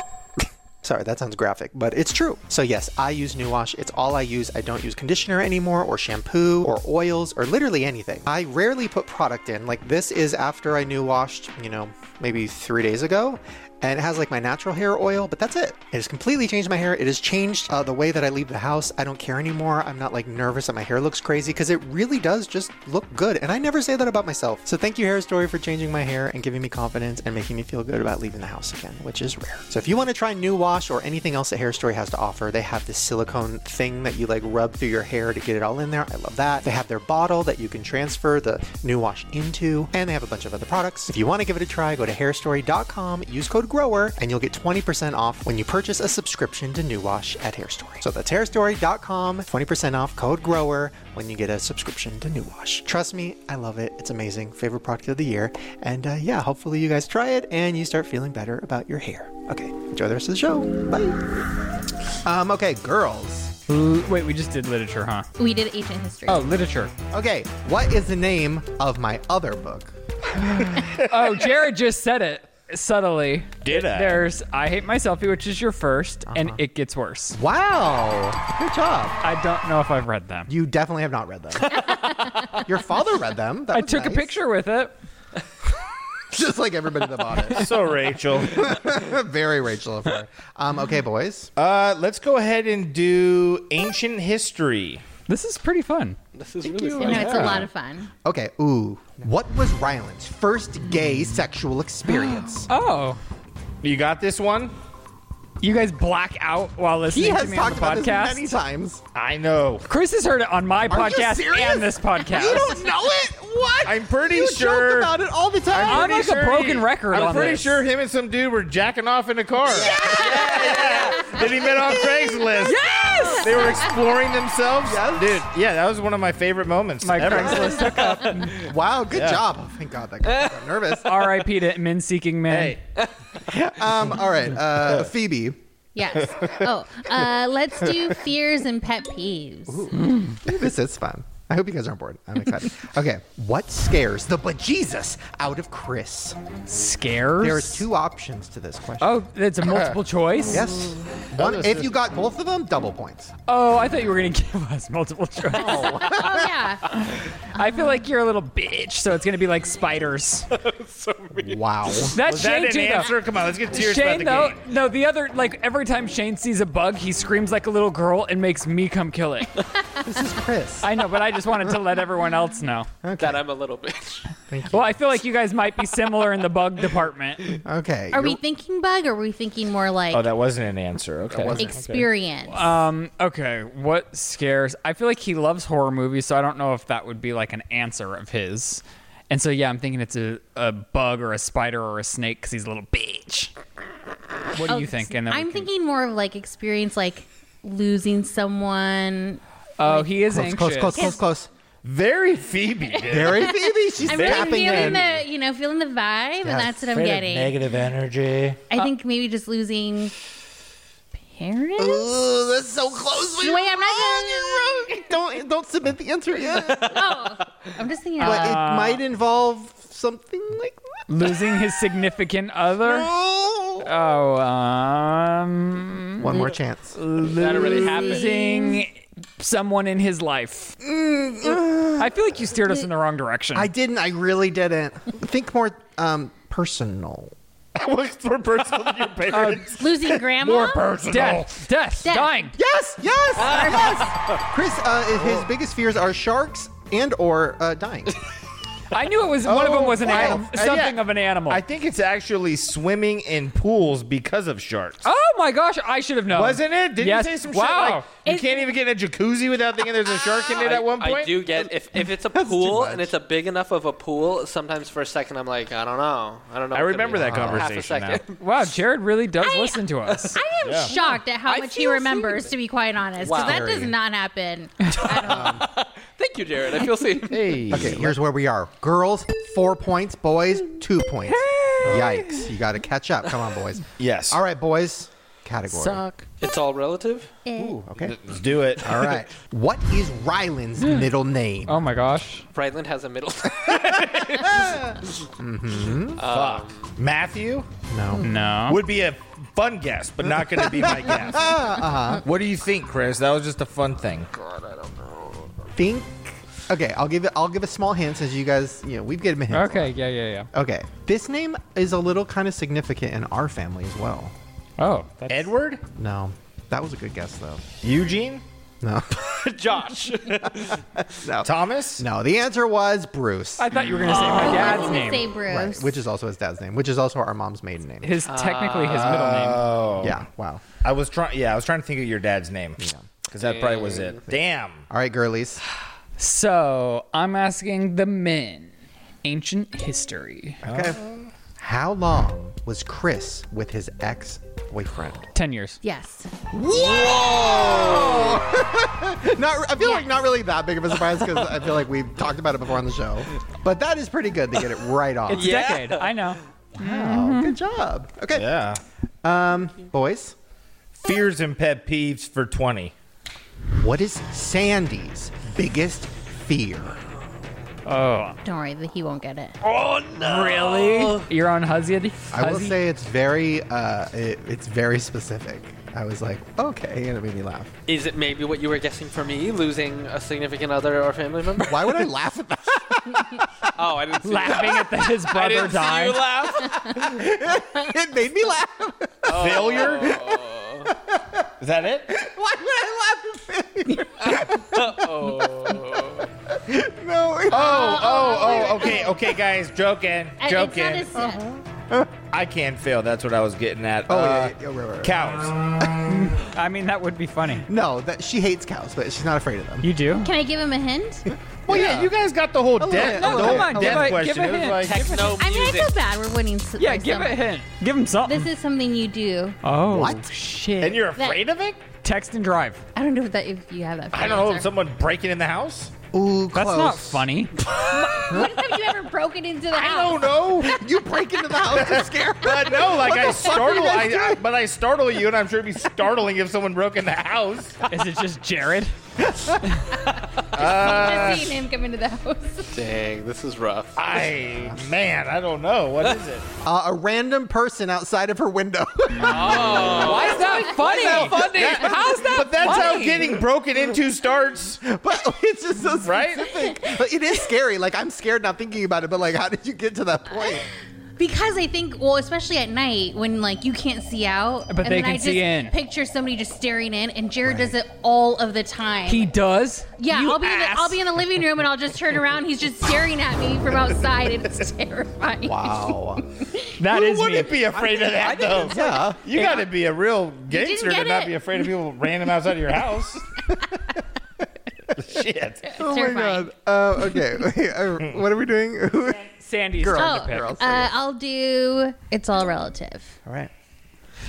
Speaker 5: Sorry, that sounds graphic, but it's true. So, yes, I use New Wash. It's all I use. I don't use conditioner anymore, or shampoo, or oils, or literally anything. I rarely put product in. Like, this is after I New Washed, you know, maybe three days ago. And it has like my natural hair oil, but that's it. It has completely changed my hair. It has changed uh, the way that I leave the house. I don't care anymore. I'm not like nervous that my hair looks crazy because it really does just look good. And I never say that about myself. So thank you, Hair Story, for changing my hair and giving me confidence and making me feel good about leaving the house again, which is rare. So if you want to try New Wash or anything else that Hair Story has to offer, they have this silicone thing that you like rub through your hair to get it all in there. I love that. They have their bottle that you can transfer the New Wash into, and they have a bunch of other products. If you want to give it a try, go to hairstory.com, use code GROWER, and you'll get 20% off when you purchase a subscription to New Wash at Hair Story. So that's hairstory.com, 20% off code GROWER when you get a subscription to New Wash. Trust me, I love it. It's amazing. Favorite product of the year. And uh, yeah, hopefully you guys try it and you start feeling better about your hair. Okay, enjoy the rest of the show. Bye. Um, okay, girls.
Speaker 4: Wait, we just did literature, huh?
Speaker 11: We did ancient history.
Speaker 4: Oh, literature.
Speaker 5: Okay, what is the name of my other book?
Speaker 4: oh, Jared just said it subtly.
Speaker 2: Did I?
Speaker 4: There's I Hate My Selfie, which is your 1st
Speaker 5: Uh-huh.
Speaker 4: and it gets worse.
Speaker 5: Wow. Good job.
Speaker 4: I don't know if I've read them.
Speaker 5: You definitely have not read them. Your father read them. That
Speaker 4: I
Speaker 5: was
Speaker 4: took
Speaker 5: nice.
Speaker 4: a picture with it.
Speaker 5: just like everybody that bought it.
Speaker 2: So Rachel.
Speaker 5: Very Rachel of her. Um, okay, boys.
Speaker 2: Uh, let's go ahead and do ancient history.
Speaker 4: This is pretty fun.
Speaker 10: This is really
Speaker 11: You know,
Speaker 10: fun.
Speaker 11: it's a lot of fun.
Speaker 5: Okay. Ooh, what was Ryland's first gay sexual experience?
Speaker 4: Oh.
Speaker 2: You got this one?
Speaker 4: You guys black out while
Speaker 5: he
Speaker 4: listening to
Speaker 5: has
Speaker 4: me on
Speaker 5: talked
Speaker 4: the
Speaker 5: about
Speaker 4: podcast.
Speaker 5: this many times.
Speaker 2: I know.
Speaker 4: Chris has heard it on my
Speaker 5: Are you
Speaker 4: podcast
Speaker 5: serious?
Speaker 4: and this podcast.
Speaker 5: You don't know it? What?
Speaker 2: I'm pretty
Speaker 5: you
Speaker 2: sure-
Speaker 5: joke about it all the time.
Speaker 4: I'm
Speaker 2: Pretty
Speaker 4: like a broken
Speaker 2: he-
Speaker 4: record
Speaker 2: I'm
Speaker 4: on
Speaker 2: pretty
Speaker 4: this.
Speaker 2: sure him and some dude were jacking off in a car. Yeah, yeah. That he met on Craigslist. Yes. They were exploring themselves.
Speaker 5: Yes.
Speaker 2: Dude, yeah, that was one of my favorite moments.
Speaker 4: My
Speaker 2: ever.
Speaker 4: Craigslist hookup.
Speaker 5: Wow, good
Speaker 2: Yeah.
Speaker 5: job. Oh, thank God, that got got nervous.
Speaker 4: R.I.P. to men seeking men.
Speaker 2: Hey,
Speaker 5: Um, all right, uh, Phoebe.
Speaker 11: Yes. Oh, uh, let's do fears and pet peeves.
Speaker 5: This is fun. I hope you guys aren't bored. I'm excited. Okay, what scares the bejesus out of Chris?
Speaker 4: Scares.
Speaker 5: There's two options to this question.
Speaker 4: Oh, it's a multiple choice.
Speaker 5: Yes. One, if you got both of them, double points.
Speaker 4: Oh, I thought you were gonna give us multiple choice.
Speaker 11: Oh yeah.
Speaker 4: I feel like you're a little bitch, so it's gonna be like spiders.
Speaker 5: Wow.
Speaker 4: That's
Speaker 2: was
Speaker 4: Shane
Speaker 2: that an
Speaker 4: too,
Speaker 2: answer? Come on, let's get
Speaker 4: though.
Speaker 2: serious about
Speaker 4: Shane
Speaker 2: the
Speaker 4: though,
Speaker 2: game.
Speaker 4: no, the other like every time Shane sees a bug, he screams like a little girl and makes me come kill it.
Speaker 5: This is Chris.
Speaker 4: I know, but I just wanted to let everyone else know.
Speaker 10: That I'm a little bitch.
Speaker 4: Well, I feel like you guys might be similar in the bug department.
Speaker 5: Okay.
Speaker 11: Are we thinking bug or are we thinking more like
Speaker 2: Oh, that wasn't an answer. Okay.
Speaker 11: experience?
Speaker 4: Um, okay, what scares? I feel like he loves horror movies, so I don't know if that would be like an answer of his. And so yeah, I'm thinking it's a, a bug or a spider or a snake because he's a little bitch. What do you think? And then we
Speaker 11: Oh, I'm
Speaker 4: can-
Speaker 11: thinking more of like experience, like losing someone.
Speaker 4: Oh, he is
Speaker 5: close,
Speaker 4: anxious.
Speaker 5: close, close, close, close.
Speaker 2: Very Phoebe. Dude.
Speaker 5: Very Phoebe. She's
Speaker 11: I'm really
Speaker 5: tapping
Speaker 11: feeling
Speaker 5: in.
Speaker 11: the, you know, feeling the vibe, and
Speaker 5: Yes.
Speaker 11: that's what I'm getting.
Speaker 2: energy.
Speaker 11: I think maybe just losing parents.
Speaker 10: Oh,
Speaker 5: Ooh, that's so close.
Speaker 11: Wait, I'm not
Speaker 5: Wait, Don't don't submit the answer yet. But
Speaker 11: gonna. I'm just thinking.
Speaker 5: it
Speaker 11: Uh.
Speaker 5: might involve something like that.
Speaker 4: Losing his significant other.
Speaker 5: Oh.
Speaker 11: Uh.
Speaker 4: Oh, um,
Speaker 5: One more chance.
Speaker 11: Uh.
Speaker 10: That already happened.
Speaker 4: losing someone in his life.
Speaker 2: Mm.
Speaker 4: I feel like you steered us in the wrong direction.
Speaker 5: I didn't. I really didn't. Think more um, personal.
Speaker 2: What's more personal than your parents?
Speaker 11: losing grandma.
Speaker 2: personal.
Speaker 4: death, death,
Speaker 11: Death.
Speaker 4: dying.
Speaker 5: Yes, yes, yes. Chris, uh, his biggest fears are sharks and or uh, dying.
Speaker 4: I knew it was one of them was an
Speaker 2: wow.
Speaker 4: animal,
Speaker 2: Uh,
Speaker 4: something
Speaker 2: yeah.
Speaker 4: of an animal.
Speaker 2: I think it's actually swimming in pools because of sharks.
Speaker 4: oh my gosh, I should have known.
Speaker 2: Wasn't it? Did
Speaker 4: Yes.
Speaker 2: you say some
Speaker 4: wow.
Speaker 2: shit like you can't even get in a jacuzzi without thinking there's a shark in it
Speaker 10: I-
Speaker 2: at one point?
Speaker 10: I do get if, if it's a pool and it's a big enough of a pool. Sometimes for a second I'm like, I don't know, I don't know.
Speaker 2: I
Speaker 10: what to
Speaker 2: remember
Speaker 10: do.
Speaker 2: that
Speaker 10: Half a
Speaker 2: conversation now.
Speaker 10: second.
Speaker 4: wow, Jared really does
Speaker 11: I-
Speaker 4: listen to us.
Speaker 11: I am
Speaker 2: Yeah.
Speaker 11: shocked at how
Speaker 10: I
Speaker 11: much he
Speaker 10: feel
Speaker 11: remembers,
Speaker 10: seen.
Speaker 11: to be quite honest, because
Speaker 10: Wow.
Speaker 11: that does
Speaker 5: Very.
Speaker 11: not happen.
Speaker 10: Thank you, Jared. I feel seen.
Speaker 2: Hey.
Speaker 5: Okay, here's where we are. Girls, four points. Boys, two points. Yikes! You got to catch up. Come on, boys.
Speaker 2: Yes.
Speaker 5: All right, boys. Category.
Speaker 10: It's all relative.
Speaker 5: Okay.
Speaker 2: Let's do it.
Speaker 5: All right. What is Ryland's middle name?
Speaker 4: oh my gosh.
Speaker 10: Brightland has a middle.
Speaker 2: Fuck. Matthew
Speaker 5: No.
Speaker 4: No.
Speaker 2: would be a fun guess, but not going to be my guess. uh-huh. What do you think, Chris? That was just a fun thing.
Speaker 5: Think. Okay, I'll give it. I'll give a small hint since you guys, you know, we've given hints.
Speaker 4: Okay. Yeah. Yeah.
Speaker 5: Okay. This name is a little kind of significant in our family as well.
Speaker 4: Yeah. Oh. That's,
Speaker 2: Edward?
Speaker 5: No, that was a good guess though.
Speaker 2: Eugene?
Speaker 5: No.
Speaker 10: Josh.
Speaker 5: no.
Speaker 2: Thomas?
Speaker 5: No, the answer was Bruce,
Speaker 4: I thought you were gonna say
Speaker 2: Oh.
Speaker 4: my dad's
Speaker 11: I'm gonna
Speaker 4: name.
Speaker 2: Uh,
Speaker 11: say Bruce.
Speaker 5: right, which is also his dad's name, which is also our mom's maiden name.
Speaker 4: His technically his middle name.
Speaker 2: Oh.
Speaker 5: yeah. Wow.
Speaker 2: I was trying. Yeah, I was trying to think of your dad's name. Because that probably was it. Damn.
Speaker 5: All right, girlies.
Speaker 4: So I'm asking the men. Ancient history.
Speaker 5: Okay. How long was Chris with his ex-boyfriend?
Speaker 4: Ten years.
Speaker 11: Yes.
Speaker 5: Whoa! not, I feel like
Speaker 11: Yes.
Speaker 5: not really that big of a surprise because I feel like we've talked about it before on the show, but that is pretty good to get it right off.
Speaker 4: It's a decade. I know.
Speaker 5: Wow, Good job. Okay,
Speaker 2: Yeah.
Speaker 5: boys.
Speaker 2: Fears and pet peeves for 20.
Speaker 5: What is Sandy's biggest fear?
Speaker 4: Oh.
Speaker 11: Don't worry, that he won't get it.
Speaker 4: Oh no! Really? You're on Huzzy?
Speaker 5: I will say it's very, uh, it, it's very specific. I was like, okay, and it made me laugh.
Speaker 10: Is it maybe what you were guessing for me, losing a significant other or family member?
Speaker 5: Why would I laugh at that?
Speaker 10: oh, I didn't see
Speaker 4: Laughing
Speaker 10: that.
Speaker 4: at that his
Speaker 10: I
Speaker 4: brother
Speaker 10: didn't see
Speaker 4: died.
Speaker 10: you laugh.
Speaker 5: it made me laugh.
Speaker 2: Failure? Is that it?
Speaker 5: Why would I laugh at failure?
Speaker 10: Oh.
Speaker 5: No. it-
Speaker 2: Oh, oh, oh, okay, okay, guys. Joking.
Speaker 11: I- It's not
Speaker 2: Joking.
Speaker 11: as,
Speaker 10: Uh-huh.
Speaker 2: I can't fail. That's what I was getting at.
Speaker 5: Oh,
Speaker 2: Uh,
Speaker 5: yeah, yeah, yeah, right, right, right.
Speaker 2: Cows.
Speaker 4: I mean, that would be funny.
Speaker 5: No, that she hates cows, but she's not afraid of them.
Speaker 4: You do?
Speaker 11: Can I give him a hint?
Speaker 2: Well, yeah, you guys got the whole
Speaker 5: little
Speaker 2: death,
Speaker 5: bit, a
Speaker 2: the
Speaker 5: little
Speaker 2: whole
Speaker 5: bit, a
Speaker 2: death
Speaker 4: little bit.
Speaker 2: question.
Speaker 4: Give a-
Speaker 2: it was
Speaker 4: give a
Speaker 2: like,
Speaker 4: hint.
Speaker 10: Techno
Speaker 11: I mean, I
Speaker 10: music.
Speaker 11: feel bad we're winning. s-
Speaker 4: Yeah,
Speaker 11: for
Speaker 4: give
Speaker 11: someone.
Speaker 4: it a hint. Give him something.
Speaker 11: This is something you do.
Speaker 4: oh,
Speaker 5: What?
Speaker 4: Shit.
Speaker 2: and you're afraid of it?
Speaker 4: text and drive.
Speaker 11: I don't know if that if you have that.
Speaker 2: I don't know.
Speaker 11: feeling, sir.
Speaker 2: Someone breaking in the house?
Speaker 5: Ooh,
Speaker 4: That's
Speaker 5: close.
Speaker 4: not funny.
Speaker 11: When have you ever broken into the house?
Speaker 2: I don't know.
Speaker 5: You break into the house and scare her.
Speaker 2: But no, like I startle,
Speaker 5: guys
Speaker 2: I, I, but I startle you, and I'm sure it'd be startling if someone broke in the house.
Speaker 4: Is it just Jared?
Speaker 11: Just seeing him come into the house.
Speaker 10: Dang, this is rough.
Speaker 2: I, man, I don't know. What is it?
Speaker 5: Uh, a random person outside of her window.
Speaker 4: Why is that funny? How's that
Speaker 2: But that's how
Speaker 4: funny?
Speaker 2: getting broken into starts.
Speaker 5: but it's just so
Speaker 2: Right?
Speaker 5: specific. But it is scary. Like I'm scared not thinking about it. But like, how did you get to that point?
Speaker 11: Because I think, well, especially at night when like you can't see out,
Speaker 4: But
Speaker 11: and
Speaker 4: they
Speaker 11: then
Speaker 4: can
Speaker 11: I
Speaker 4: see
Speaker 11: just
Speaker 4: in.
Speaker 11: Picture somebody just staring in, and Jared does it all of the time.
Speaker 4: He does.
Speaker 11: yeah,
Speaker 4: You
Speaker 11: I'll be in the,
Speaker 4: ass.
Speaker 11: I'll be in the living room, and I'll just turn around. He's just staring at me from outside, and it's terrifying.
Speaker 5: Wow.
Speaker 4: That
Speaker 2: Who
Speaker 4: is me.
Speaker 2: wouldn't be afraid of that though?
Speaker 5: yeah.
Speaker 2: You got to be a real
Speaker 11: didn't
Speaker 2: gangster to
Speaker 11: get
Speaker 2: not
Speaker 11: it.
Speaker 2: be afraid of people random outside of your house. Shit.
Speaker 11: It's terrifying.
Speaker 5: Oh Uh, okay. Wait, uh, what are we doing?
Speaker 4: Sandy's
Speaker 5: Girl.
Speaker 4: turn to
Speaker 11: Oh,
Speaker 4: pick.
Speaker 5: Girls.
Speaker 11: uh, I'll do. It's all relative.
Speaker 5: All right.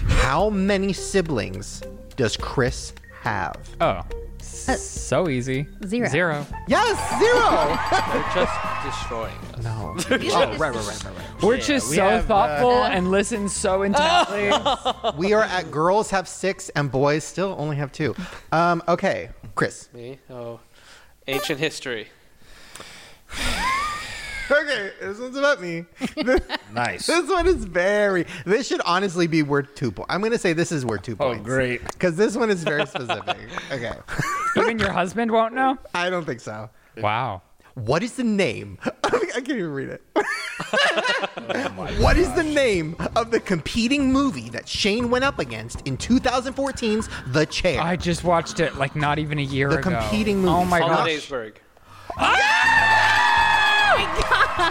Speaker 5: How many siblings does Chris have?
Speaker 4: Oh. So easy.
Speaker 11: zero.
Speaker 4: Zero.
Speaker 5: Yes, zero.
Speaker 10: They're just destroying us.
Speaker 5: no. Oh, right, right, right, right,
Speaker 4: We're just so thoughtful and listen so intently.
Speaker 5: right. We are at girls have six and boys still only have two. Um, okay, Chris.
Speaker 10: Me? Oh. Ancient history.
Speaker 5: Okay, this one's about me.
Speaker 2: Nice.
Speaker 5: This one is very. This should honestly be worth two points. I'm going to say this is worth two
Speaker 2: Oh,
Speaker 5: points.
Speaker 2: great.
Speaker 5: Because this one is very specific. okay.
Speaker 4: Even your husband won't know.
Speaker 5: I don't think so.
Speaker 4: Wow.
Speaker 5: What is the name? I, mean, I can't even read it. What is the name of the competing movie that Shane went up against in 2014's The Chair?
Speaker 4: I just watched it like not even a year
Speaker 5: The
Speaker 4: ago.
Speaker 5: competing movies.
Speaker 4: Oh my gosh.
Speaker 10: Hollidaysburg.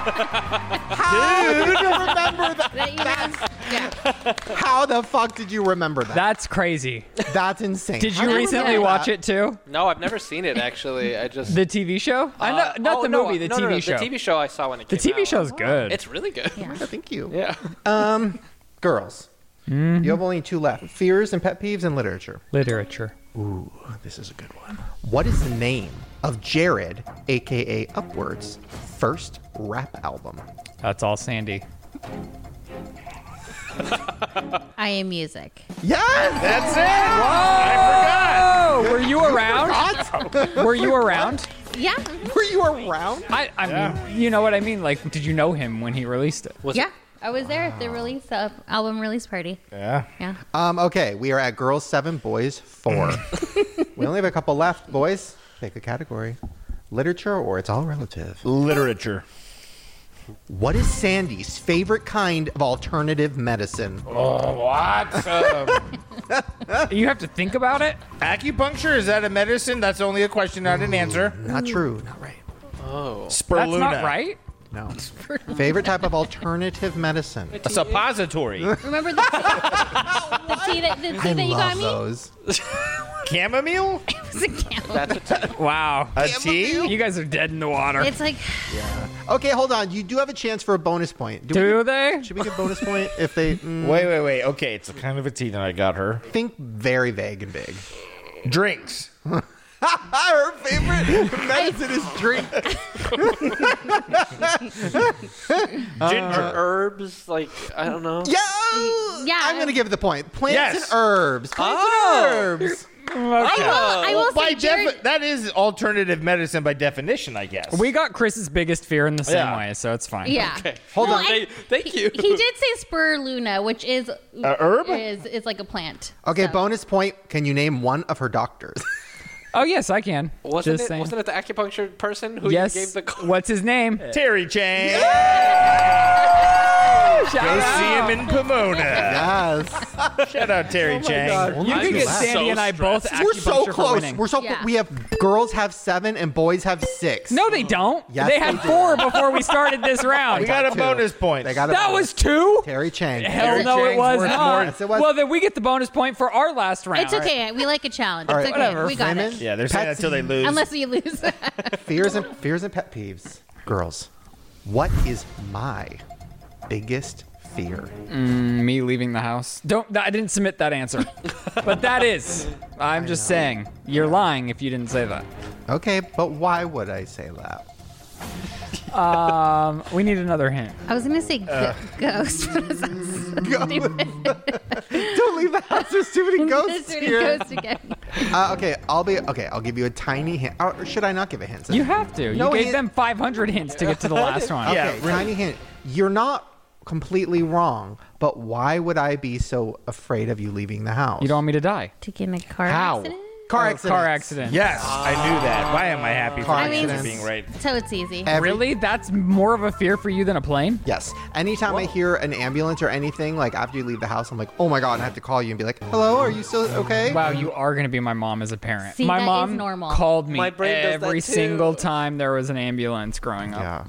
Speaker 11: That you have- yeah.
Speaker 5: How the fuck did you remember that?
Speaker 4: That's crazy.
Speaker 5: That's insane.
Speaker 4: Did
Speaker 5: How
Speaker 4: you recently
Speaker 5: remember
Speaker 4: watch
Speaker 5: that?
Speaker 4: it too?
Speaker 10: No, I've never seen it actually. I just
Speaker 4: The TV show? I know,
Speaker 10: Uh,
Speaker 4: not
Speaker 10: oh,
Speaker 4: the
Speaker 10: no,
Speaker 4: movie, the
Speaker 10: no,
Speaker 4: TV
Speaker 10: no, no,
Speaker 4: show.
Speaker 10: The TV show I saw when it
Speaker 4: The
Speaker 10: came
Speaker 4: TV
Speaker 10: out.
Speaker 4: show's good.
Speaker 10: It's really good.
Speaker 11: Yeah.
Speaker 5: Oh, Thank you.
Speaker 10: Yeah.
Speaker 5: Um, girls,
Speaker 4: Mm-hmm.
Speaker 5: you have only two left: fears and pet peeves and literature.
Speaker 4: Literature.
Speaker 5: Ooh, this is a good one. What is the name of Jared, aka Upwards, first rap album?
Speaker 4: That's all Sandy.
Speaker 11: I am music.
Speaker 5: Yes.
Speaker 2: That's it.
Speaker 4: Oh, were you around?
Speaker 5: What?
Speaker 4: Were you around?
Speaker 11: Yeah. mhm.
Speaker 5: Were you around?
Speaker 4: I, I mean, you know what I mean? Like, did you know him when he released it?
Speaker 10: Was
Speaker 11: Yeah. I was there at the release uh, album release party.
Speaker 2: I forgot.
Speaker 11: Yeah.
Speaker 5: Um. Okay, we are at girls seven, boys four. we only have a couple left. Boys, pick a category: literature or it's all relative.
Speaker 2: Literature.
Speaker 5: What is Sandy's favorite kind of alternative medicine?
Speaker 2: Oh, what? Um,
Speaker 4: You have to think about it?
Speaker 2: acupuncture is that a medicine? That's only a question, not an answer.
Speaker 5: Not true. Not right.
Speaker 4: That's
Speaker 2: Spirulina.
Speaker 4: not right.
Speaker 5: No. Favorite type of alternative medicine?
Speaker 2: A suppository.
Speaker 11: Remember the the tea that, the tea
Speaker 5: I
Speaker 11: that you
Speaker 5: love
Speaker 11: got me?
Speaker 5: those.
Speaker 2: Chamomile.
Speaker 11: It was a camel.
Speaker 10: That's a t-
Speaker 4: Wow.
Speaker 2: A tea.
Speaker 4: You guys are dead in the water.
Speaker 11: It's like
Speaker 5: Okay, hold on. You do have a chance for a bonus point. Do
Speaker 4: Do
Speaker 5: we,
Speaker 4: they?
Speaker 5: should we get bonus point if they mm,
Speaker 2: Wait, wait, wait. Okay, it's a kind of a tea that I got her.
Speaker 5: think very vague and big?
Speaker 2: Drinks.
Speaker 5: Her favorite medicine is drink.
Speaker 2: Uh,
Speaker 10: Ginger
Speaker 11: Uh,
Speaker 10: herbs, like I don't know.
Speaker 5: Yeah, yeah. I'm gonna give the point. Plants and herbs. Plants
Speaker 10: Oh.
Speaker 5: and herbs.
Speaker 2: Okay.
Speaker 11: will- I
Speaker 2: Well,
Speaker 11: will
Speaker 2: by
Speaker 11: say Jared-
Speaker 2: defi- that is alternative medicine by definition, I guess.
Speaker 4: We got Chris's biggest fear in the same
Speaker 2: Yeah.
Speaker 4: way, so it's fine.
Speaker 11: Yeah.
Speaker 2: Hold
Speaker 11: Well,
Speaker 2: on.
Speaker 11: I-
Speaker 10: Thank
Speaker 11: he, he did say spirulina, which is
Speaker 5: A herb?
Speaker 11: Is is like a plant.
Speaker 5: Okay, bonus point. Can you name one of her doctors?
Speaker 4: Oh yes, I can.
Speaker 10: Wasn't
Speaker 4: Just
Speaker 10: it?
Speaker 4: saying.
Speaker 10: Wasn't it the acupuncture person who you
Speaker 4: yes.
Speaker 10: gave the?
Speaker 4: What's his name?
Speaker 2: Terry Chang. Go see him in Pomona.
Speaker 5: Yes.
Speaker 2: Shout out Terry Chang.
Speaker 4: You could get Sandy and I both acupuncture
Speaker 5: We're so
Speaker 4: for
Speaker 5: close.
Speaker 4: winning.
Speaker 5: We're so close. We have girls have seven and boys have six.
Speaker 4: No, they don't.
Speaker 5: Yes,
Speaker 4: they had
Speaker 5: they do.
Speaker 4: four before we started this round.
Speaker 5: They got two. They got a
Speaker 4: that
Speaker 5: bonus.
Speaker 4: was two.
Speaker 5: Terry Chang.
Speaker 4: Hell
Speaker 5: Terry
Speaker 4: no,
Speaker 5: Chang's
Speaker 4: it was
Speaker 5: worth
Speaker 4: not.
Speaker 5: more- Yes, it was.
Speaker 4: Well, then we get the bonus point for our last round.
Speaker 11: It's okay. We like a challenge.
Speaker 5: All
Speaker 11: it's
Speaker 5: right,
Speaker 11: okay.
Speaker 5: whatever.
Speaker 11: We got
Speaker 5: Raymond?
Speaker 11: it.
Speaker 5: Yeah, they're saying that till they lose.
Speaker 11: Unless we lose.
Speaker 5: fears and fears and pet peeves. Girls, what is my biggest fear?
Speaker 4: Mm, me leaving the house. Don't. I didn't submit that answer, but that is. I'm just saying you're lying if you didn't say that.
Speaker 5: Okay, but why would I say that?
Speaker 4: Um, we need another hint.
Speaker 11: I was gonna say g-
Speaker 4: Uh.
Speaker 11: ghost.
Speaker 5: Don't leave the house. There's too many ghosts
Speaker 11: There's too many
Speaker 5: here.
Speaker 11: ghosts again.
Speaker 5: Uh, okay, I'll be okay. I'll give you a tiny hint. Or should I not give a hint?
Speaker 4: You have to. You
Speaker 5: No
Speaker 4: gave
Speaker 5: hint.
Speaker 4: them 500 hints to get to the last one.
Speaker 5: Okay, tiny hint. You're not completely wrong, but why would I be so afraid of you leaving the house? You don't
Speaker 4: want me to die.
Speaker 11: To get in a car
Speaker 5: How?
Speaker 11: accident?
Speaker 5: Car
Speaker 11: Oh,
Speaker 5: accident.
Speaker 4: car accident.
Speaker 2: Yes, I knew that. Why am I happy for
Speaker 5: Car
Speaker 2: the answer
Speaker 5: accidents.
Speaker 2: being right?
Speaker 11: So it's easy.
Speaker 5: Uh.
Speaker 4: really? That's more of a fear for you than a plane?
Speaker 5: Yes. Anytime I hear an ambulance or anything, like after you leave the house, I'm like, oh my god, and I have to call you and be like, hello, are you still okay?
Speaker 4: Wow, you are going to be my mom as a parent.
Speaker 5: See,
Speaker 4: my
Speaker 5: that is
Speaker 4: mom
Speaker 5: normal.
Speaker 4: called me
Speaker 5: My brain does that
Speaker 4: every
Speaker 5: too.
Speaker 4: single time there was an ambulance growing up.
Speaker 5: Yeah.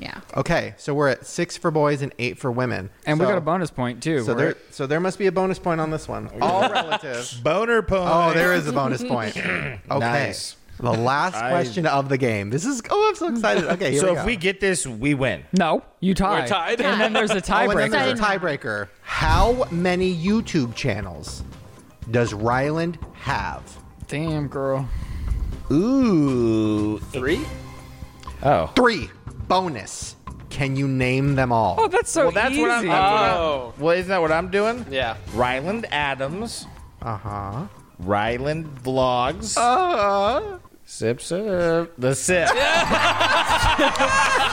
Speaker 5: Yeah. Okay, so we're at six for boys and eight for women,
Speaker 4: And we
Speaker 5: So-
Speaker 4: got a bonus Oh, point too.
Speaker 5: So there, so there must be a bonus point on this one. All relative.
Speaker 2: Boner point.
Speaker 5: Oh, there is a bonus point. Okay.
Speaker 2: Nice.
Speaker 5: The last
Speaker 2: I-
Speaker 5: question of the game. This is. Oh, I'm so excited. Okay. Here
Speaker 2: so
Speaker 5: we
Speaker 2: if
Speaker 5: go.
Speaker 2: we get this, we win.
Speaker 4: No, you tie.
Speaker 5: We're tied.
Speaker 4: And then there's a
Speaker 5: Oh, and
Speaker 4: tiebreaker.
Speaker 5: then there's a tiebreaker. How many YouTube channels does Ryland have?
Speaker 4: Damn, girl.
Speaker 5: Ooh.
Speaker 10: Three?
Speaker 2: Oh.
Speaker 5: Three. Bonus. Can you name them all?
Speaker 4: Oh, that's so
Speaker 2: well, that's What I'm,
Speaker 4: easy.
Speaker 2: that's what I'm-
Speaker 4: Oh.
Speaker 2: well, isn't that what I'm doing?
Speaker 10: Yeah.
Speaker 2: Ryland Adams.
Speaker 5: Uh huh.
Speaker 2: Ryland Vlogs.
Speaker 5: Uh huh.
Speaker 2: Sip, sip. The sip.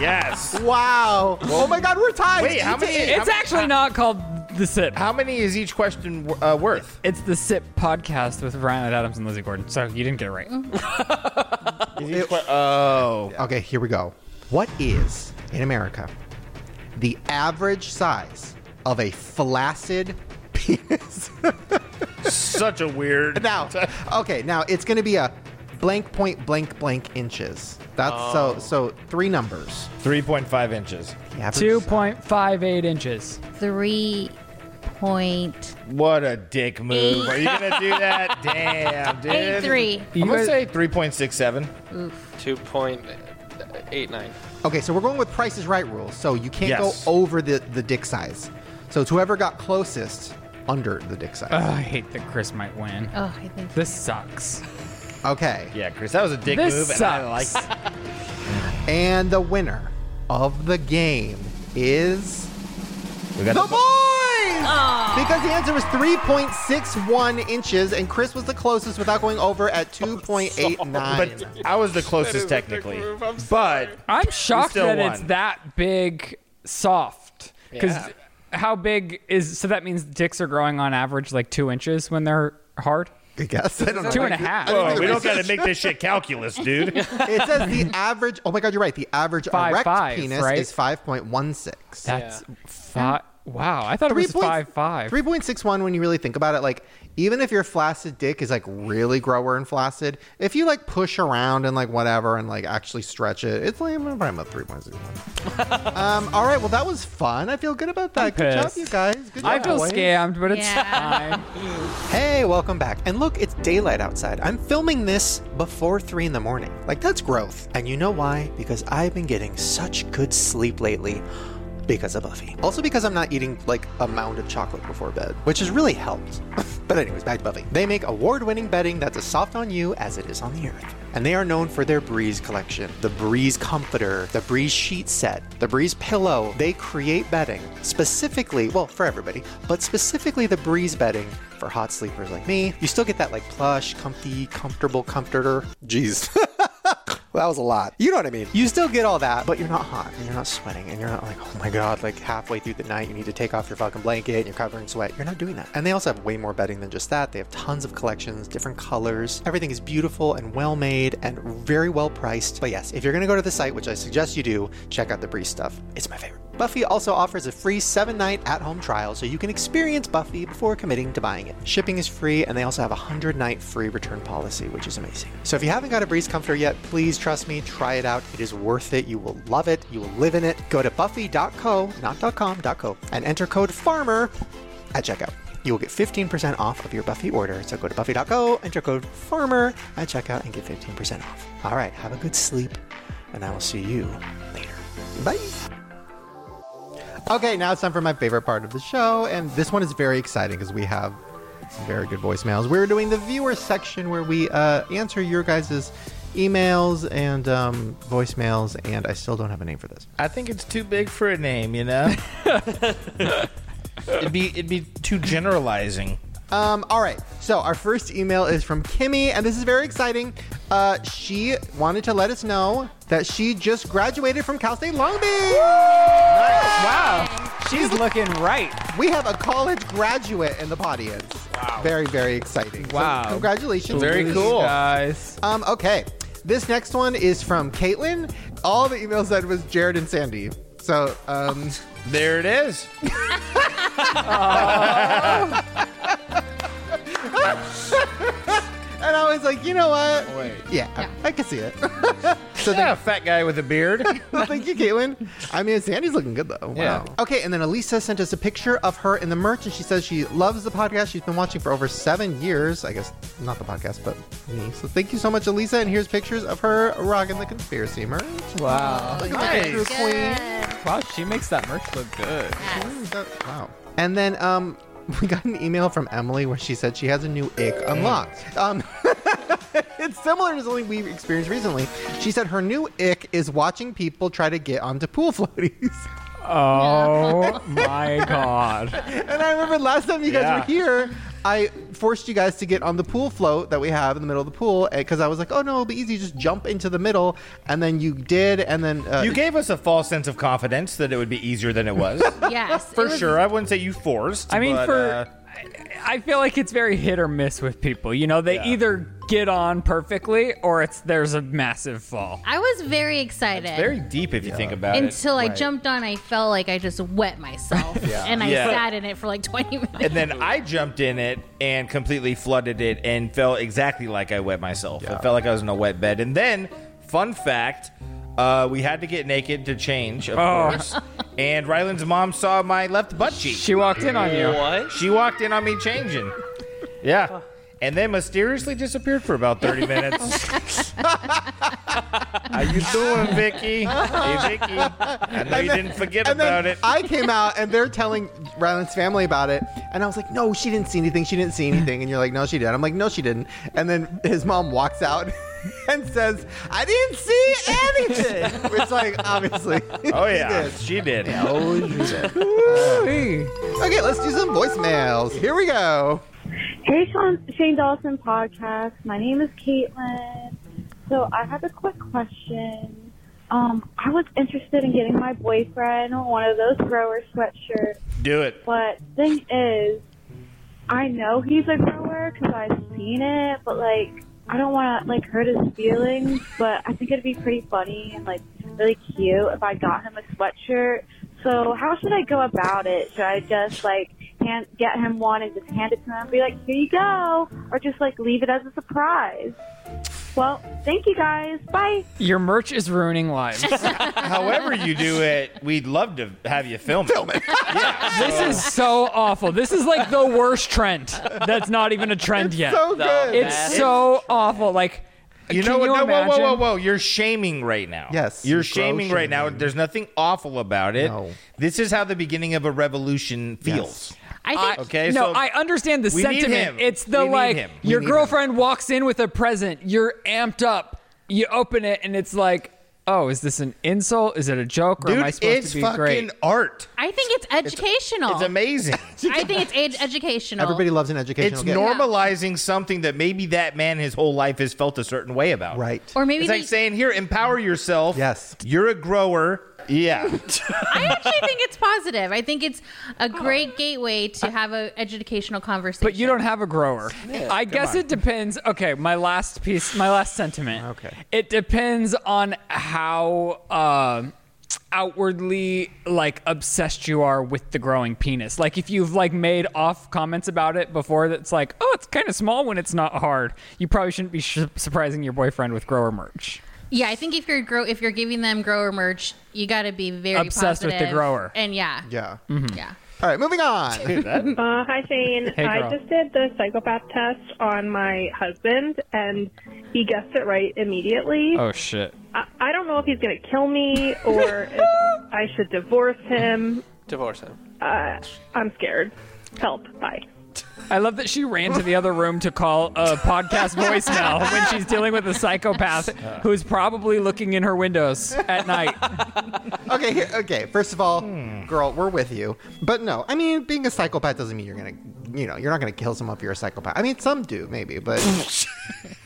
Speaker 2: yes.
Speaker 5: Wow. oh my God, we're tied.
Speaker 2: Wait, how many?
Speaker 4: It's actually not called The Sip.
Speaker 2: How many is each question uh, worth?
Speaker 4: It's the Sip podcast with Ryan Adams and Lizzie Gordon. So you didn't get it right.
Speaker 5: Mm. Oh. Okay, here we go. What is, in America, the average size of a flaccid penis?
Speaker 2: Such a weird.
Speaker 5: Now, okay, now it's going to be a blank point blank blank inches. That's
Speaker 2: Oh.
Speaker 5: so, so three numbers.
Speaker 2: 3.5 inches.
Speaker 5: Yeah,
Speaker 4: 2.58 inches.
Speaker 11: Three point
Speaker 2: What a dick move. Are you going to do that? Damn, dude.
Speaker 11: Eight, three.
Speaker 2: I'm going to say 3.67.
Speaker 10: Two point eight nine.
Speaker 5: Okay, so we're going with Price is Right rules. So you can't
Speaker 10: Yes.
Speaker 5: go over the, the dick size. So it's whoever got closest under the dick size.
Speaker 4: Ugh, I hate that Chris might win.
Speaker 11: Oh, I think.
Speaker 4: This sucks.
Speaker 5: Okay.
Speaker 2: Yeah, Chris, that was a dick
Speaker 4: This
Speaker 2: move, and I
Speaker 4: sucks.
Speaker 2: like
Speaker 5: And the winner of the game is
Speaker 2: We
Speaker 5: the,
Speaker 2: got the-
Speaker 5: boys! Because the answer was 3.61 inches, and Chris was the closest without going over at
Speaker 4: Oh,
Speaker 5: 2.89.
Speaker 2: But I was the closest technically. But
Speaker 4: I'm shocked
Speaker 2: still
Speaker 4: that
Speaker 2: won.
Speaker 4: it's that big soft. Because
Speaker 2: Yeah.
Speaker 4: how big is so that means dicks are growing on average like two inches when they're hard?
Speaker 5: I guess. I don't know.
Speaker 4: Two and a
Speaker 5: I didn't
Speaker 4: half.
Speaker 5: do the Whoa,
Speaker 2: we don't got to make this shit calculus, dude.
Speaker 5: it says the average. Oh my God, you're right. The average
Speaker 4: Five,
Speaker 5: erect
Speaker 4: five,
Speaker 5: penis
Speaker 4: right?
Speaker 5: is 5.16.
Speaker 4: That's fi- wow. I thought it was five five.
Speaker 5: 3.61 when you really think about it like even if your flaccid dick is like really grower and flaccid if you like push around and like whatever and like actually stretch it it's like i'm probably about 3.61 um all right well that was fun i feel good about that
Speaker 4: I'm
Speaker 5: good job
Speaker 4: pissed.
Speaker 5: you guys good
Speaker 4: I
Speaker 5: job,
Speaker 4: feel
Speaker 5: boys.
Speaker 4: scammed, but it's
Speaker 11: Yeah.
Speaker 6: Hey, welcome back. And look, it's daylight outside. I'm filming this before 3 in the morning. Like, that's growth. And you know why? Because I've been getting such good sleep lately.
Speaker 14: because of Buffy. Also because I'm not eating like a mound of chocolate before bed, which has really helped. but anyways, back to Buffy. They make award-winning bedding that's as soft on you as it is on the earth. And they are known for their Breeze collection, the Breeze comforter, the Breeze sheet set, the Breeze pillow. They create bedding specifically, well, for everybody, but specifically the Breeze bedding for hot sleepers like me. You still get that like plush, comfy, comfortable comforter. Jeez. Well, that was a lot. You know what I mean? You still get all that, but you're not hot and you're not sweating and you're not like, oh my God, like halfway through the night, you need to take off your fucking blanket and you're covered in sweat. You're not doing that. And they also have way more bedding than just that. They have tons of collections, different colors. Everything is beautiful and well made and very well priced. But yes, if you're going to go to the site, which I suggest you do, check out the Breeze stuff. It's my favorite. Buffy also offers a free seven night at home trial so you can experience Buffy before committing to buying it. Shipping is free, and they also have a 100 night free return policy, which is amazing. So if you haven't got a Breeze Comforter yet, please trust me, try it out. It is worth it. You will love it. You will live in it. Go to buffy.co, not .com, .co, and enter code FARMER at checkout. You will get 15% off of your Buffy order. So go to buffy.co, enter code FARMER at checkout, and get 15% off. All right, have a good sleep, and I will see you later. Bye.
Speaker 5: Okay, now it's time for my favorite part of the show, and this one is very exciting because we have some very good voicemails. We're doing the viewer section where we uh, answer your guys' emails and um, voicemails, and I still don't have a name for this.
Speaker 2: I think it's too big for a name, you know? it'd be it'd be too generalizing.
Speaker 5: Um, all right, so our first email is from Kimmy, and this is very exciting. Uh, she wanted to let us know that she just graduated from Cal State Long Beach.
Speaker 4: Wow. She's looking right.
Speaker 5: We have a college graduate in the audience. Wow. Very, very exciting. So
Speaker 4: Wow.
Speaker 5: congratulations.
Speaker 2: Very
Speaker 5: Kimmy.
Speaker 4: Oh.
Speaker 2: cool.
Speaker 4: Guys.
Speaker 5: Um, okay. This next one is from Caitlin. All the email said was Jared and Sandy. So, um,
Speaker 2: There it is.
Speaker 5: and I was like, you know what?
Speaker 2: Wait.
Speaker 5: Yeah, I, I can see it.
Speaker 2: So yeah, a fat guy with a beard.
Speaker 5: Thank you, Caitlin. I mean, Sandy's looking good though. Wow.
Speaker 2: Yeah.
Speaker 5: Okay, and then Elisa sent us a picture of her in the merch, and she says she loves the podcast. She's been watching for over seven years. I guess not the podcast, but me. So thank you so much, Elisa. And here's pictures of her rocking the conspiracy merch.
Speaker 4: Wow.
Speaker 5: Look
Speaker 2: Nice.
Speaker 5: at the picture, queen.
Speaker 4: Wow, she makes that merch look good.
Speaker 5: Ooh, that- wow. And then um, we got an email from Emily where she said she has a new ick unlocked. Um, it's similar to something we've experienced recently. She said her new ick is watching people try to get onto pool floaties.
Speaker 4: Oh my god.
Speaker 5: and I remember last time you guys
Speaker 2: Yeah.
Speaker 5: were here, I forced you guys to get on the pool float that we have in the middle of the pool because I was like, oh no, it'll be easy. Just jump into the middle. And then you did. And then uh,
Speaker 2: You gave us a false sense of confidence that it would be easier than it was.
Speaker 11: Yes. it
Speaker 2: for
Speaker 11: was-
Speaker 2: sure. I wouldn't say you forced.
Speaker 4: I mean,
Speaker 2: but,
Speaker 4: for
Speaker 2: uh,
Speaker 4: I, I feel like it's very hit or miss with people. You know, they either get on perfectly or it's there's a massive fall.
Speaker 11: I was very excited.
Speaker 2: very deep if you think about it.
Speaker 11: until I jumped on, I felt like I just wet myself, and I
Speaker 2: Yeah.
Speaker 11: sat in it for like 20 minutes.
Speaker 2: And then I jumped in it and completely flooded it and felt exactly like I wet myself. It felt like I was in a wet bed. And then, fun fact, uh, we had to get naked to change, of
Speaker 4: Oh.
Speaker 2: course. And Ryland's mom saw my left butt cheek.
Speaker 4: She walked in on you.
Speaker 10: What?
Speaker 2: She walked in on me changing. Yeah.
Speaker 5: Oh.
Speaker 2: And then mysteriously disappeared for about 30 minutes. How you doing, Vicky? Hey, Vicky. I know you didn't forget
Speaker 5: and
Speaker 2: about
Speaker 5: then
Speaker 2: it.
Speaker 5: I came out and they're telling Ryland's family about it. And I was like, no, she didn't see anything. She didn't see anything. And you're like, no, she did. I'm like, no, she didn't. And then his mom walks out and says, I didn't see anything. Which, like, obviously.
Speaker 2: oh,
Speaker 5: she
Speaker 2: yeah.
Speaker 5: did.
Speaker 2: She did.
Speaker 5: Okay, let's do some voicemails. Here we go.
Speaker 6: Hey, Sean, Shane Dawson podcast. My name is Caitlin. So I have a quick question. Um, I was interested in getting my boyfriend one of those grower sweatshirts,
Speaker 2: Do it.
Speaker 6: but thing is, I know he's a grower because I've seen it, but like, I don't want to like hurt his feelings, but I think it'd be pretty funny and like really cute if I got him a sweatshirt. So how should I go about it? Should I just like hand get him one and just hand it to him and be like, here you go, or just like leave it as a surprise? Well, thank you guys. Bye.
Speaker 4: Your merch is ruining lives.
Speaker 2: However you do it, we'd love to have you film it. Film it.
Speaker 4: this is so awful. This is like the worst trend. That's not even a trend yet.
Speaker 5: So
Speaker 10: No.
Speaker 5: good.
Speaker 4: It's so awful. Like
Speaker 2: You
Speaker 4: Can
Speaker 2: know
Speaker 4: you
Speaker 2: what? no, whoa, whoa, whoa,
Speaker 4: imagine?
Speaker 2: whoa! You're shaming right now.
Speaker 4: Yes,
Speaker 2: you're
Speaker 4: gross
Speaker 2: shaming right now.
Speaker 4: shaming.
Speaker 2: There's nothing awful about it. This is how the beginning of a revolution feels.
Speaker 4: I think,
Speaker 2: okay,
Speaker 4: no,
Speaker 2: so
Speaker 4: I understand the
Speaker 2: we need
Speaker 4: sentiment.
Speaker 2: him.
Speaker 4: It's the
Speaker 2: We need
Speaker 4: like
Speaker 2: him. We
Speaker 4: your
Speaker 2: need
Speaker 4: girlfriend walks in with a present, you're amped up, you open it, and it's like, oh, is this an insult? Is it a joke? Or am I
Speaker 2: Dude,
Speaker 4: supposed
Speaker 2: it's
Speaker 4: to be
Speaker 2: fucking
Speaker 4: great?
Speaker 2: art.
Speaker 11: I think it's educational.
Speaker 2: it's amazing.
Speaker 11: I think it's ed- educational.
Speaker 5: loves an educational
Speaker 2: It's
Speaker 5: gift.
Speaker 2: normalizing something that maybe that man his whole life has felt a certain way about. Right.
Speaker 11: Or maybe
Speaker 2: it's like
Speaker 11: they-
Speaker 2: saying, "Here, empower yourself. Yes, you're a grower. Yeah,
Speaker 11: I actually think it's positive. I think it's a great gateway to have an educational conversation.
Speaker 4: But you don't have a grower.
Speaker 11: Yeah,
Speaker 4: I
Speaker 11: come
Speaker 4: guess
Speaker 11: on.
Speaker 4: it depends. Okay, my last piece, my last sentiment. Okay. It depends on how uh, outwardly like obsessed you are with the growing penis. Like if you've like made off comments about it before, that's like, oh, it's kind of small when it's not hard. You probably shouldn't be sh- surprising your boyfriend with grower merch.
Speaker 11: Yeah, I think if you're grow if you're giving them grower merch, you got to be very
Speaker 4: Obsessed with the
Speaker 11: positive.
Speaker 4: grower.
Speaker 11: And yeah,
Speaker 5: Yeah.
Speaker 11: yeah.
Speaker 5: All right, moving on.
Speaker 15: Uh, hi, Shane.
Speaker 5: Hey,
Speaker 15: I
Speaker 5: girl.
Speaker 15: just did the psychopath test on my husband, and he guessed it right immediately.
Speaker 4: Oh shit.
Speaker 15: I, I don't know if he's going to kill me or if I should divorce him.
Speaker 10: Divorce him.
Speaker 15: Uh, I'm scared. Help. Bye.
Speaker 4: I love that she ran to the other room to call a podcast voicemail when she's dealing with a psychopath who's probably looking in her windows at night.
Speaker 5: okay, here, okay. First of all, girl, we're with you. But no, I mean, being a psychopath doesn't mean you're gonna, you know, you're not gonna kill someone if you're a psychopath. I mean, some do maybe, but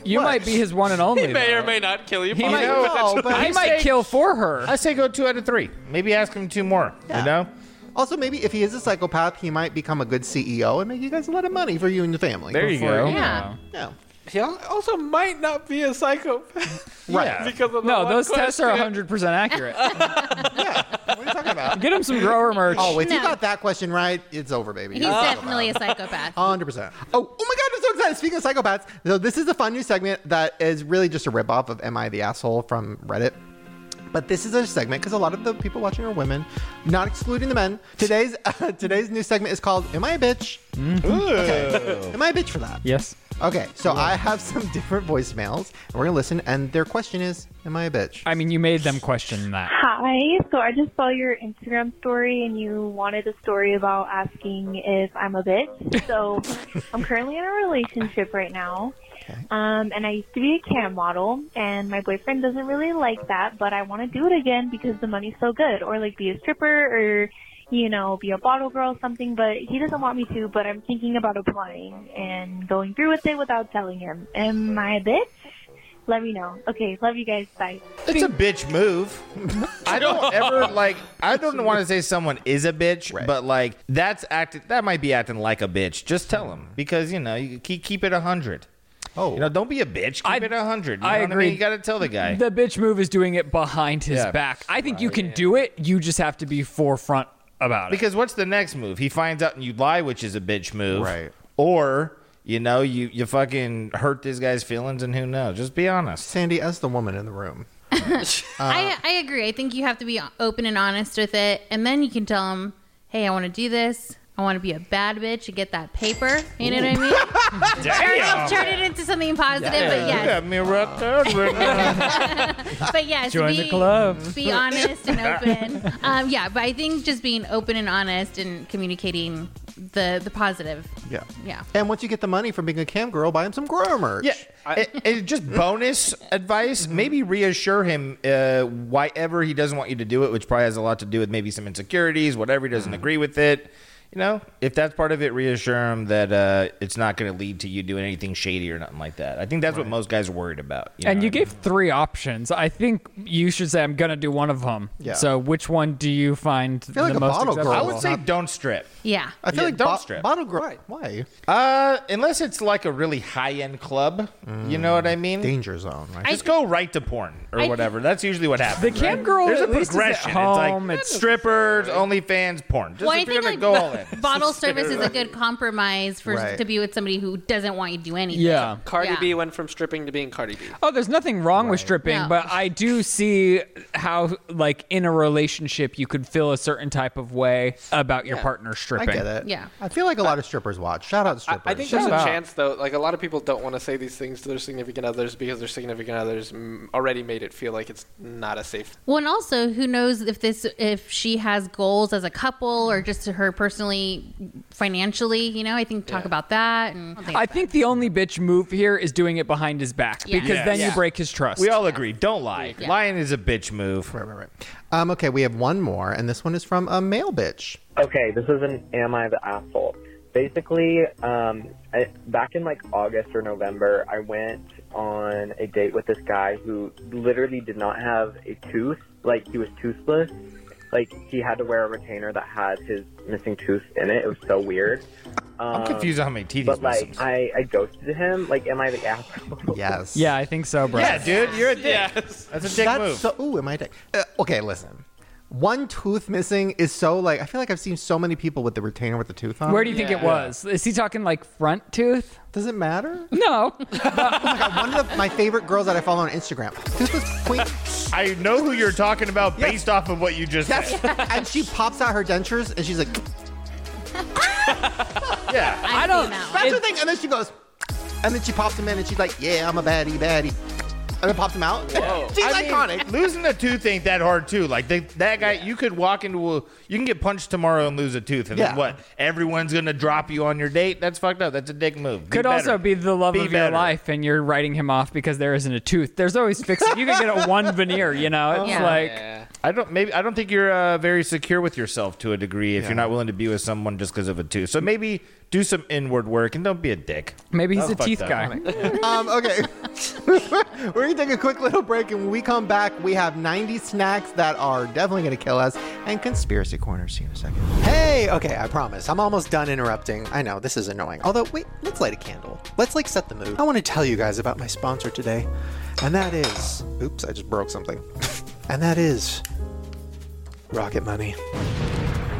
Speaker 4: you might be his one and only.
Speaker 5: though.
Speaker 10: may or may not kill you.
Speaker 5: He
Speaker 10: possibly,
Speaker 5: might- No,
Speaker 10: potentially.
Speaker 5: but I might
Speaker 4: kill for her.
Speaker 2: I say go two out of three. Maybe ask him two more. You know.
Speaker 5: Also, maybe if he is a psychopath, he might become a good CEO and make you guys a lot of money for you and your family.
Speaker 10: There you
Speaker 5: For-
Speaker 10: go.
Speaker 4: Yeah.
Speaker 5: No.
Speaker 10: He al- also might not be a psychopath.
Speaker 5: Right.
Speaker 10: Because of the
Speaker 4: no,
Speaker 10: one
Speaker 4: those tests are
Speaker 10: question.
Speaker 4: 100% accurate.
Speaker 5: About-
Speaker 4: Get him some grower merch.
Speaker 5: Oh, if you got that question right, it's over, baby.
Speaker 11: He's definitely a psychopath.
Speaker 5: Hundred percent. Oh, oh my God! I'm so excited. Speaking of psychopaths, though, this is a fun new segment that is really just a ripoff of "Am I the Asshole" from Reddit. But this is a segment because a lot of the people watching are women, not excluding the men. Today's today's new segment is called "Am I a bitch?"
Speaker 2: Mm-hmm. Oh.
Speaker 5: Okay. Am I a bitch for that?
Speaker 4: Yes.
Speaker 5: Okay, so I have some different voicemails, and we're gonna listen. And their question is, "Am I a bitch?"
Speaker 4: I mean, you made them question that.
Speaker 12: Hi. So I just saw your Instagram story and you wanted a story about asking if I'm a bitch. So I'm currently in a relationship right now. Um, and I used to be a cam model and my boyfriend doesn't really like that, but I want to do it again because the money's so good or like be a stripper or, you know, be a bottle girl or something, but he doesn't want me to, but I'm thinking about applying and going through with it without telling him. Am I a bitch? Let me know. Okay. Love you guys. Bye.
Speaker 2: It's a bitch move. I don't ever like. I don't want to say someone is a bitch, but like that's acting. That might be acting like a bitch. Just tell him because you know you keep keep it hundred.
Speaker 5: Oh,
Speaker 2: you know, don't be a bitch. Keep it hundred.
Speaker 4: I
Speaker 2: I
Speaker 4: agree.
Speaker 2: mean? You got to tell the guy.
Speaker 4: The bitch move is doing it behind his
Speaker 2: Yeah.
Speaker 4: back. I think
Speaker 10: Oh,
Speaker 4: you can do it. You just have to be forefront about it.
Speaker 2: Because what's the next move? He finds out and you lie, which is a bitch move. Right. Or, you know, you, you fucking hurt this guy's feelings and who knows? Just be honest.
Speaker 5: Sandy, as the woman in the room.
Speaker 11: I, I agree. I think you have to be open and honest with it, and then you can tell them, "Hey, I want to do this. I want to be a bad bitch and get that paper." You know what I mean?
Speaker 2: Damn.
Speaker 11: Turn it into something positive, but
Speaker 2: You
Speaker 11: yes,
Speaker 2: got me wrapped up right now.
Speaker 11: but yes,
Speaker 2: Join
Speaker 11: be,
Speaker 2: the club.
Speaker 11: Be honest and open. Um, yeah, but I think just being open and honest and communicating the the positive.
Speaker 5: Yeah.
Speaker 11: Yeah.
Speaker 5: And once you get the money from being a cam girl, buy him some grow merch.
Speaker 2: Yeah, and- and just bonus advice. Maybe reassure him uh, why ever he doesn't want you to do it, which probably has a lot to do with maybe some insecurities, whatever he doesn't agree with it. You know, if that's part of it, reassure him that uh, it's not going to lead to you doing anything shady or nothing like that. I think that's what most guys are worried about. you
Speaker 4: and
Speaker 2: know?
Speaker 4: you gave three options. I think you should say, I'm going to do one of them.
Speaker 2: Yeah.
Speaker 4: So, which one do you find
Speaker 2: feel like
Speaker 4: the
Speaker 2: a
Speaker 4: most
Speaker 2: bottle girl.
Speaker 4: acceptable?
Speaker 2: I would say don't strip.
Speaker 11: Yeah.
Speaker 2: I feel like don't strip.
Speaker 5: Bottle girl. Why?
Speaker 2: Uh, unless it's like a really high end club, you know what I mean?
Speaker 5: Danger zone. Right?
Speaker 2: Just go right to porn or
Speaker 4: I-
Speaker 2: whatever. That's usually what happens.
Speaker 4: The cam
Speaker 2: right?
Speaker 4: girl
Speaker 2: There's a
Speaker 4: at least is at
Speaker 2: progression.
Speaker 4: home,
Speaker 2: It's like
Speaker 4: it's-
Speaker 2: strippers, OnlyFans, porn. Just
Speaker 11: Well, I
Speaker 2: if you're
Speaker 11: think
Speaker 2: gonna
Speaker 11: like
Speaker 2: go all Yeah.
Speaker 11: bottle service is a good compromise for
Speaker 10: Right.
Speaker 11: to be with somebody who doesn't want you to do anything.
Speaker 4: Yeah.
Speaker 10: Cardi
Speaker 11: Yeah.
Speaker 10: B went from stripping to being Cardi B.
Speaker 4: Oh, there's nothing wrong with stripping,
Speaker 11: No.
Speaker 4: but I do see how, like, in a relationship, you could feel a certain type of way about your
Speaker 10: Yeah.
Speaker 4: partner stripping.
Speaker 10: I get it. Yeah.
Speaker 5: I feel like a lot of strippers watch. Shout out strippers.
Speaker 10: I think there's a chance though. Like a lot of people don't want to say these things to their significant others because their significant others mm, already made it feel like it's not a safe.
Speaker 11: Well, and also, who knows if this if she has goals as a couple or just to her personally, financially. You know, I think talk about that. And
Speaker 4: I think the only bitch move here is doing it behind his back
Speaker 11: Yeah.
Speaker 4: because
Speaker 11: Yes.
Speaker 4: then you
Speaker 11: Yeah.
Speaker 4: break his trust.
Speaker 2: We all agree. Don't lie.
Speaker 11: Yeah.
Speaker 2: Lying is a bitch move.
Speaker 5: Right, right, right. Um, okay, we have one more, and this one is from a male bitch.
Speaker 16: Okay, this is an am I the asshole? Basically, um, I, back in like August or November, I went on a date with this guy who literally did not have a tooth. Like he was toothless. Like he had to wear a retainer that had his missing tooth in it. It was so weird. Um,
Speaker 2: I'm confused on how many teeth
Speaker 16: But
Speaker 2: he's missing.
Speaker 16: like, I, I ghosted him. Like, am I the asshole?
Speaker 5: Yes.
Speaker 4: Yeah, I think so, bro.
Speaker 2: Yeah, dude, you're a dick. That's a dick move.
Speaker 5: So, ooh, am I a dick? Uh, okay, listen. One tooth missing is so like I feel like I've seen so many people with the retainer with the tooth on.
Speaker 4: Where do you think it was? Is he talking like front tooth?
Speaker 5: Does it matter?
Speaker 4: No.
Speaker 5: One of the, my favorite girls that I follow on Instagram. Toothless queen.
Speaker 2: I know who you're talking about based off of what you just
Speaker 5: Yes.
Speaker 2: said.
Speaker 5: and she pops out her dentures and she's like,
Speaker 2: yeah.
Speaker 5: I don't. That's her thing. And then she goes, and then she pops them in and she's like, yeah, I'm a baddie, baddie. And then pops them out. she's
Speaker 2: I mean,
Speaker 5: iconic.
Speaker 2: losing a tooth ain't that hard too. Like they, that guy, you could walk into a, you can get punched tomorrow and lose a tooth, and
Speaker 5: Yeah.
Speaker 2: then what? Everyone's gonna drop you on your date. That's fucked up. That's a dick move. Be
Speaker 4: Could also
Speaker 2: better.
Speaker 4: be the love
Speaker 2: Be
Speaker 4: of your
Speaker 2: better.
Speaker 4: life, and you're writing him off because there isn't a tooth. There's always fixing. You can get a one veneer, you know. It's
Speaker 2: Yeah.
Speaker 4: like
Speaker 2: I don't maybe I don't think you're uh, very secure with yourself to a degree if
Speaker 4: Yeah.
Speaker 2: you're not willing to be with someone just because of a tooth. So maybe do some inward work and don't be a dick.
Speaker 4: Maybe he's
Speaker 2: That's
Speaker 4: a
Speaker 2: fucked
Speaker 4: teeth
Speaker 2: up.
Speaker 4: guy.
Speaker 5: um, okay. We're going to take a quick little break, and when we come back, we have 90 snacks that are definitely going to kill us and conspiracy corners. See you in a second.
Speaker 6: Hey, okay, I promise. I'm almost done interrupting. I know, this is annoying. Although, wait, let's light a candle. Let's, like, set the mood. I want to tell you guys about my sponsor today, and that is. Oops, I just broke something. and that is. Rocket Money.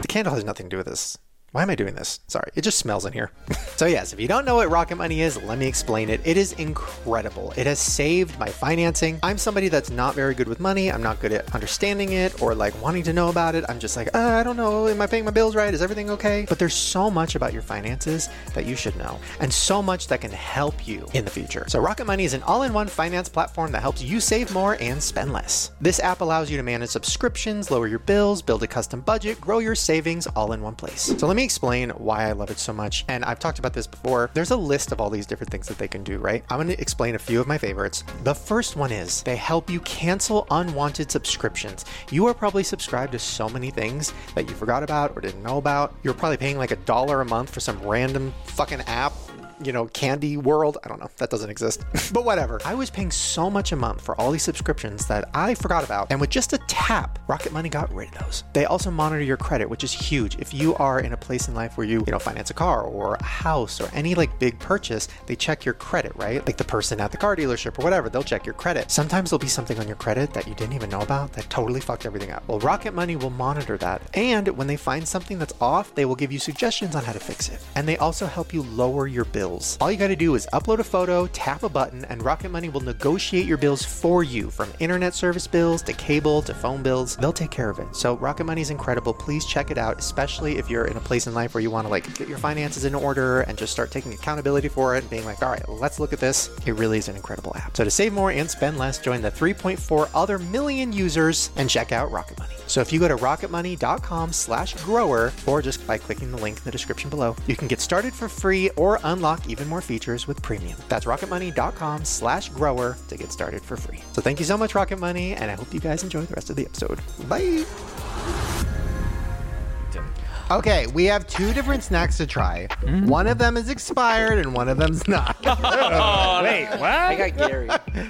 Speaker 6: The candle has nothing to do with this. Why am I doing this? Sorry, it just smells in here. so, yes, if you don't know what Rocket Money is, let me explain it. It is incredible. It has saved my financing. I'm somebody that's not very good with money. I'm not good at understanding it or like wanting to know about it. I'm just like, uh, I don't know. Am I paying my bills right? Is everything okay? But there's so much about your finances that you should know and so much that can help you in the future. So, Rocket Money is an all in one finance platform that helps you save more and spend less. This app allows you to manage subscriptions, lower your bills, build a custom budget, grow your savings all in one place. So, let me explain why I love it so much. And I've talked about this before. There's a list of all these different things that they can do, right? I'm going to explain a few of my favorites. The first one is they help you cancel unwanted subscriptions. You are probably subscribed to so many things that you forgot about or didn't know about. You're probably paying like a dollar a month for some random fucking app you know, Candy World. I don't know. That doesn't exist. but whatever. I was paying so much a month for all these subscriptions that I forgot about. And with just a tap, Rocket Money got rid of those. They also monitor your credit, which is huge. If you are in a place in life where you, you know, finance a car or a house or any like big purchase, they check your credit, right? Like the person at the car dealership or whatever, they'll check your credit. Sometimes there'll be something on your credit that you didn't even know about that totally fucked everything up. Well, Rocket Money will monitor that. And when they find something that's off, they will give you suggestions on how to fix it. And they also help you lower your bills. All you got to do is upload a photo, tap a button, and Rocket Money will negotiate your bills for you from internet service bills to cable to phone bills. They'll take care of it. So Rocket Money is incredible. Please check it out, especially if you're in a place in life where you want to like get your finances in order and just start taking accountability for it and being like, all right, let's look at this. It really is an incredible app. So to save more and spend less, join the 3.4 other million users and check out Rocket Money. So if you go to rocketmoney.com slash grower or just by clicking the link in the description below, you can get started for free or unlock even more features with premium. That's rocketmoney.com slash grower to get started for free. So thank you so much, Rocket Money, and I hope you guys enjoy the rest of the episode. Bye.
Speaker 5: Okay, we have two different snacks to try. One of them is expired and one of them's not.
Speaker 2: Wait, what? I got Gary.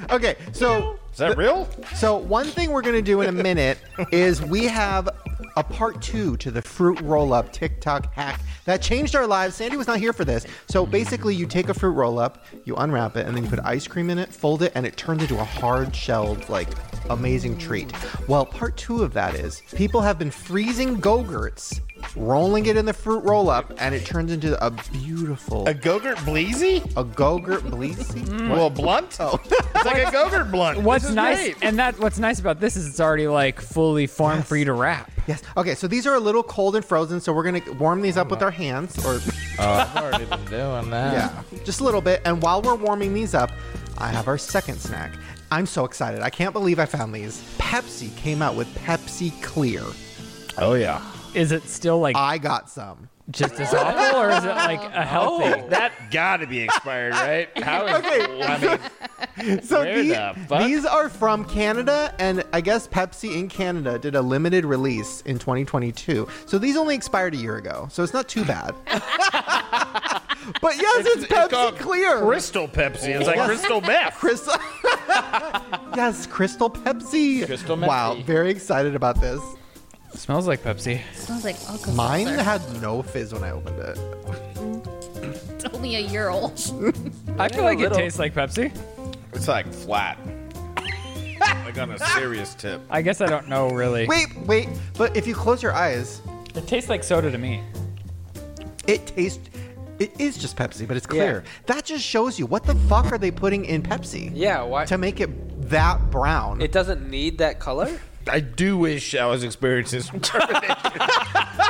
Speaker 5: okay, so
Speaker 2: Is that real?
Speaker 5: So one thing we're gonna do in a minute is we have a part two to the fruit roll up TikTok hack that changed our lives. Sandy was not here for this. So basically, you take a fruit roll up, you unwrap it, and then you put ice cream in it, fold it, and it turns into a hard shelled, like amazing treat. Well, part two of that is people have been freezing go-gurts rolling it in the fruit roll up, and it turns into a beautiful. A
Speaker 2: Gogurt Bleezy?
Speaker 5: A Gogurt Bleezy?
Speaker 2: Well, blunt?
Speaker 5: Oh.
Speaker 2: It's like a Gogurt blunt.
Speaker 4: What's
Speaker 2: This is
Speaker 4: nice,
Speaker 2: great.
Speaker 4: and that what's nice about this is it's already like fully formed for you to wrap.
Speaker 5: Yes. Okay, so these are a little cold and frozen, so we're going to warm these up with our hands or.
Speaker 2: Oh, I've already been doing that.
Speaker 5: Yeah, just a little bit. And while we're warming these up, I have our second snack. I'm so excited. I can't believe I found these. Pepsi came out with Pepsi Clear.
Speaker 2: Oh, yeah.
Speaker 4: Is it still
Speaker 2: Uh,
Speaker 4: like.
Speaker 5: I got some.
Speaker 4: Just as awful, or is it like a healthy?
Speaker 2: That gotta be expired, right? How is
Speaker 5: Okay.
Speaker 2: I mean,
Speaker 5: So
Speaker 2: Where
Speaker 5: the-
Speaker 2: the fuck?
Speaker 5: these are from Canada, and I guess Pepsi in Canada did a limited release in 2022. So these only expired a year ago, so it's not too bad. but yes, it's, Pepsi Clear.
Speaker 2: Crystal Pepsi. It's like
Speaker 5: Yes.
Speaker 2: crystal meth.
Speaker 5: Crystal. yes, Crystal Pepsi. Crystal
Speaker 2: Pepsi.
Speaker 5: Wow, very excited about this.
Speaker 2: Oh.
Speaker 4: Smells like Pepsi.
Speaker 11: Smells like alcohol.
Speaker 5: Mine
Speaker 11: sir.
Speaker 5: had no fizz when I opened it.
Speaker 11: It's only a year old.
Speaker 4: I feel like it tastes like Pepsi.
Speaker 2: It's like flat. like on a serious tip.
Speaker 4: I guess I don't know really.
Speaker 5: Wait, wait. But if you close your eyes,
Speaker 4: It tastes like soda to me.
Speaker 5: it tastes. It is just Pepsi, but it's clear. That just shows you what the fuck are they putting in Pepsi?
Speaker 10: Yeah, why?
Speaker 5: To make it that brown.
Speaker 10: It doesn't need that color.
Speaker 2: I do wish I was experiencing some termination.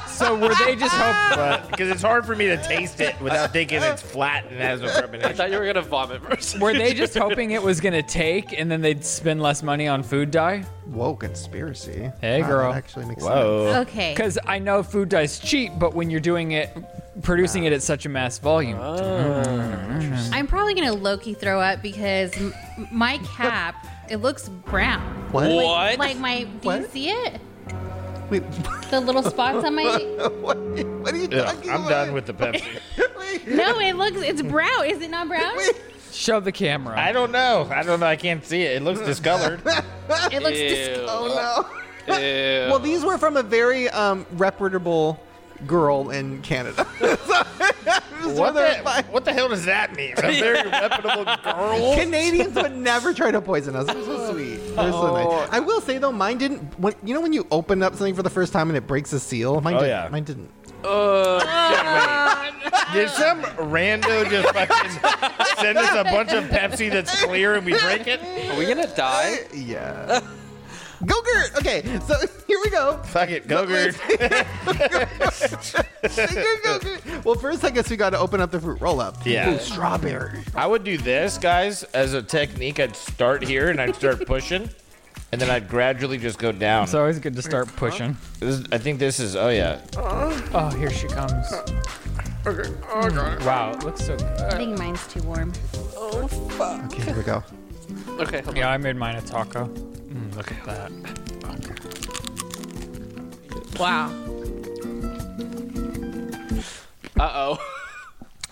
Speaker 4: so were they just
Speaker 2: hoping? Because it's hard for me to taste it without thinking it's flat and has no
Speaker 10: I
Speaker 2: carbonation.
Speaker 10: thought you were gonna vomit first.
Speaker 4: Were they just hoping it was gonna take, and then they'd spend less money on food dye?
Speaker 5: Whoa, conspiracy!
Speaker 4: Hey,
Speaker 5: Wow,
Speaker 4: girl.
Speaker 5: that actually makes
Speaker 2: Whoa.
Speaker 5: sense.
Speaker 11: Okay.
Speaker 4: Because I know food dye's cheap, but when you're doing it, producing it at such a mass volume,
Speaker 11: I'm probably gonna Loki throw up because m- my cap it looks brown.
Speaker 5: What?
Speaker 11: Like, like my, do you
Speaker 5: What?
Speaker 11: see it?
Speaker 5: Wait,
Speaker 11: The little spots on my.
Speaker 5: what, what are you
Speaker 2: Yeah,
Speaker 5: talking
Speaker 2: I'm
Speaker 5: about?
Speaker 2: done with the Pepsi.
Speaker 11: No, it looks. It's brown. Is it not brown?
Speaker 4: show the camera.
Speaker 2: I don't know. I don't know. I can't see it. It looks discolored.
Speaker 11: It looks disgusting.
Speaker 5: Oh no.
Speaker 10: Ew.
Speaker 5: Well, these were from a very um, reputable girl in Canada.
Speaker 2: What the, what the hell does that mean? A very reputable girl?
Speaker 5: Canadians would never try to poison us. They're so sweet. They're so
Speaker 2: Oh.
Speaker 5: nice. I will say though, mine didn't. When, you know when you open up something for the first time and it breaks a seal? Mine
Speaker 2: Oh,
Speaker 5: didn't.
Speaker 2: yeah.
Speaker 5: Mine didn't.
Speaker 2: Did some rando just fucking send us a bunch of Pepsi that's clear and we drink it?
Speaker 10: Are we gonna die?
Speaker 5: Yeah. Gogurt. Okay, so here we go.
Speaker 2: Fuck it, Gogurt.
Speaker 5: Gogurt. Well, first I guess we got to open up the fruit roll up.
Speaker 2: Yeah.
Speaker 5: Ooh, strawberry.
Speaker 2: I would do this, guys, as a technique. I'd start here and I'd start pushing, and then I'd gradually just go down.
Speaker 4: It's always good to start pushing.
Speaker 2: This is- I think this is. Oh yeah.
Speaker 4: Oh, here she comes. Wow, it looks so good.
Speaker 11: I think mine's too warm.
Speaker 5: Okay, here we go.
Speaker 10: Okay. hold on.
Speaker 4: Yeah, I made mine a taco. Mm, look at that.
Speaker 11: Wow.
Speaker 10: Uh oh.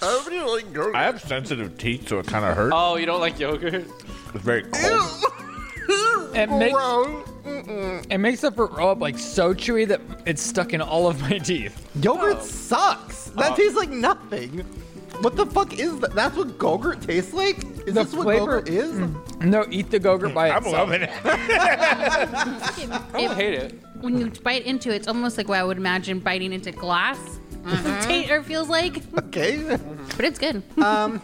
Speaker 3: Everybody like yogurt.
Speaker 2: I have sensitive teeth, so it kind of hurts.
Speaker 10: Oh, you don't like yogurt?
Speaker 2: It's very cold.
Speaker 4: It makes
Speaker 5: Gross.
Speaker 4: it makes the fruit roll up oh, like so chewy that it's stuck in all of my teeth.
Speaker 5: Yogurt sucks.
Speaker 4: Oh.
Speaker 5: That tastes like nothing. What the fuck is that? That's what Gogurt tastes like? Is
Speaker 4: The
Speaker 5: this what
Speaker 4: flavor- Mm.
Speaker 5: Gogurt is?
Speaker 4: No, eat the gogurt by
Speaker 2: I'm
Speaker 4: itself.
Speaker 2: loving it.
Speaker 10: I don't hate it.
Speaker 11: When you bite into it, it's almost like what I would imagine biting into glass. Tate or feels like,
Speaker 5: Okay.
Speaker 11: Mm-hmm. but it's good.
Speaker 5: Uh,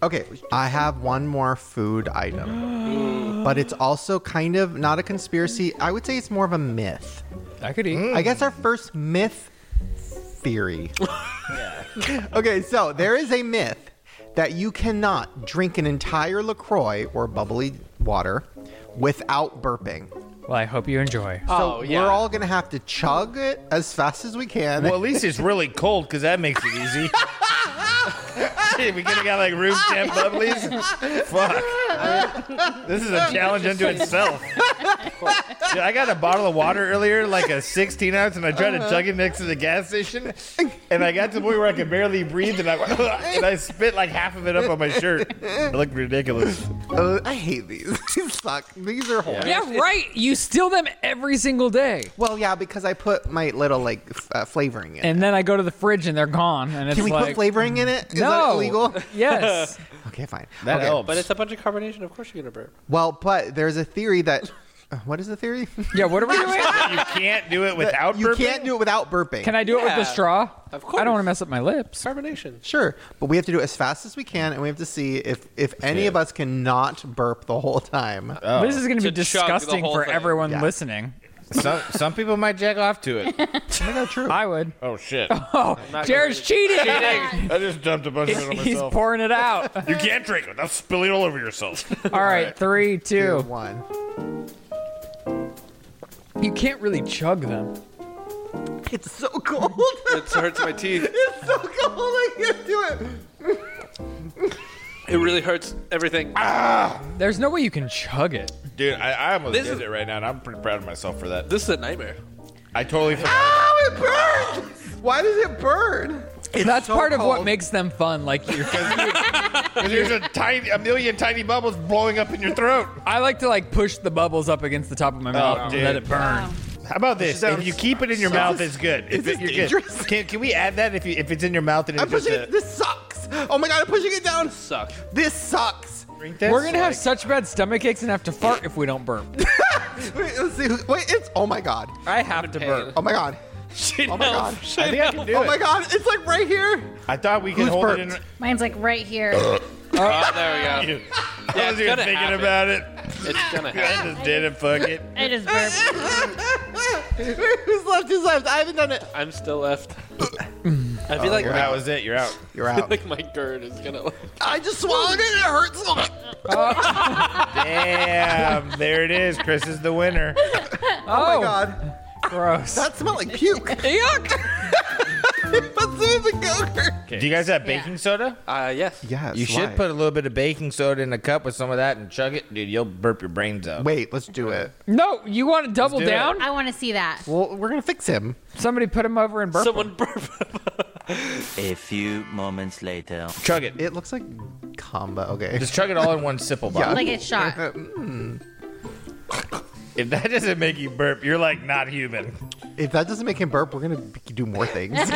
Speaker 5: Okay, I have one more food item. But it's also kind of not a conspiracy. I would say it's more of a myth.
Speaker 4: I could eat.
Speaker 5: I guess our first myth theory. okay, so there is a myth that you cannot drink an entire LaCroix or bubbly water without burping.
Speaker 4: Well, I hope you enjoy.
Speaker 10: Oh,
Speaker 5: so
Speaker 10: yeah.
Speaker 5: we're all gonna have to chug it as fast as we can.
Speaker 2: Well, at least it's really cold because that makes it easy. Shit, we could have got like room temp bubblies. Fuck. This is a challenge unto itself. Dude, I got a bottle of water earlier, like a 16 ounce, and I tried to chug it next to the gas station. And I got to the point where I could barely breathe, and I, and I spit like half of it up on my shirt. It looked ridiculous.
Speaker 5: Uh, I hate these. these suck. These are horrible.
Speaker 4: Yeah, right. You steal them every single day.
Speaker 5: Well, yeah, because I put my little like f- uh, flavoring in. it.
Speaker 4: And then I go to the fridge and they're gone. And it's
Speaker 5: Can we
Speaker 4: like,
Speaker 5: put flavoring in it? Is
Speaker 4: no.
Speaker 5: that illegal?
Speaker 4: yes.
Speaker 5: Okay, fine.
Speaker 2: That
Speaker 5: okay.
Speaker 2: helps.
Speaker 10: But it's a bunch of carbonation. Of course you're gonna burp.
Speaker 5: Well, but there's a theory that uh, What is the theory?
Speaker 4: Yeah, what are we doing?
Speaker 2: you can't do it
Speaker 5: without You burping? can't do it without burping.
Speaker 4: Can I do it with
Speaker 5: Yeah.
Speaker 4: the straw?
Speaker 10: Of
Speaker 4: course. I don't want to mess up my lips.
Speaker 10: Carbonation.
Speaker 5: Sure, but we have to do it as fast as we can, and we have to see if if any of us cannot burp the whole time.
Speaker 4: This is going to be disgusting for everyone listening.
Speaker 2: Some some people might jack off to it.
Speaker 5: true.
Speaker 4: I would.
Speaker 2: Oh shit.
Speaker 4: Oh, Jared's cheating.
Speaker 2: I just dumped a bunch of it on
Speaker 4: He's- he's
Speaker 2: myself.
Speaker 4: pouring it out.
Speaker 2: You can't drink it. That's spilling all over yourself.
Speaker 4: All right, three, two,
Speaker 5: one.
Speaker 4: You can't really chug them.
Speaker 5: It's so cold. it
Speaker 10: hurts my teeth.
Speaker 5: It's so cold. I can't do it.
Speaker 10: It really hurts everything.
Speaker 4: There's no way you can chug it.
Speaker 2: Dude, I, I almost
Speaker 10: This
Speaker 2: did
Speaker 10: is-
Speaker 2: it right now, and I'm pretty proud of myself for that.
Speaker 10: This is a nightmare.
Speaker 2: I totally forgot.
Speaker 5: Oh, it burns. Why does it burn?
Speaker 4: That's
Speaker 2: so
Speaker 4: part of what
Speaker 2: cold.
Speaker 4: makes them fun. Like you're.
Speaker 2: There's a tiny, a million tiny bubbles blowing up in your throat.
Speaker 4: I like to like push the bubbles up against the top of my mouth and
Speaker 2: Oh, dude.
Speaker 4: let it burn.
Speaker 2: How about this? If you keep it in your
Speaker 4: so-
Speaker 2: mouth, it's good.
Speaker 4: Is
Speaker 2: If
Speaker 4: this
Speaker 2: it, you're
Speaker 4: dangerous?
Speaker 2: good. Can, can we add that if you, if it's in your mouth and it's
Speaker 5: I'm
Speaker 2: just
Speaker 5: pushing
Speaker 2: a-
Speaker 5: it. This sucks. Oh my god, I'm pushing it down.
Speaker 10: Sucks.
Speaker 5: This sucks.
Speaker 4: We're gonna have such bad stomach aches and have to fart if we don't burp.
Speaker 5: Wait, let's see. who- Wait, it's. Oh my god.
Speaker 4: I have to burp.
Speaker 5: Oh my god.
Speaker 10: Shit,
Speaker 5: oh my
Speaker 4: no.
Speaker 5: god.
Speaker 4: Shit, I think I can no. do
Speaker 5: oh
Speaker 4: it.
Speaker 5: my god. It's like right here.
Speaker 2: I thought we could
Speaker 5: Who's
Speaker 2: hold
Speaker 5: burped?
Speaker 2: it in.
Speaker 11: Mine's like right here.
Speaker 10: Oh, there we go.
Speaker 2: I was even thinking about it.
Speaker 10: It's gonna
Speaker 2: I
Speaker 10: happen.
Speaker 2: just did it. Fuck it.
Speaker 11: I just burped.
Speaker 5: Who's left? Who's left? I haven't done it.
Speaker 10: I'm still left. I
Speaker 2: Oh,
Speaker 10: feel like
Speaker 2: you're that was it. You're out.
Speaker 5: You're
Speaker 10: I feel like my GERD is gonna. Like,
Speaker 5: I just swallowed it. It hurts. Oh
Speaker 2: Damn. There it is. Chris is the winner.
Speaker 5: Oh, my god.
Speaker 4: Gross.
Speaker 5: That smelled like puke.
Speaker 4: Yuck.
Speaker 2: Do you guys have baking soda?
Speaker 10: Uh, yes.
Speaker 5: Yes.
Speaker 2: You should put a little bit of baking soda in a cup with some of that and chug it, dude. You'll burp your brains out.
Speaker 5: Wait, let's do it.
Speaker 4: No, you want to double
Speaker 2: do it.
Speaker 4: down?
Speaker 11: I want to see that.
Speaker 5: Well, we're gonna fix him.
Speaker 4: Somebody put him over and burp.
Speaker 10: Someone burp.
Speaker 17: A few moments later.
Speaker 2: Chug it.
Speaker 5: It looks like combo. Okay.
Speaker 2: Just chug it all in one sipple
Speaker 5: Yeah.
Speaker 2: bottle.
Speaker 11: Like it's shot.
Speaker 2: If that doesn't make you burp, you're like not human.
Speaker 5: If that doesn't make him burp, we're gonna b- do more things. like,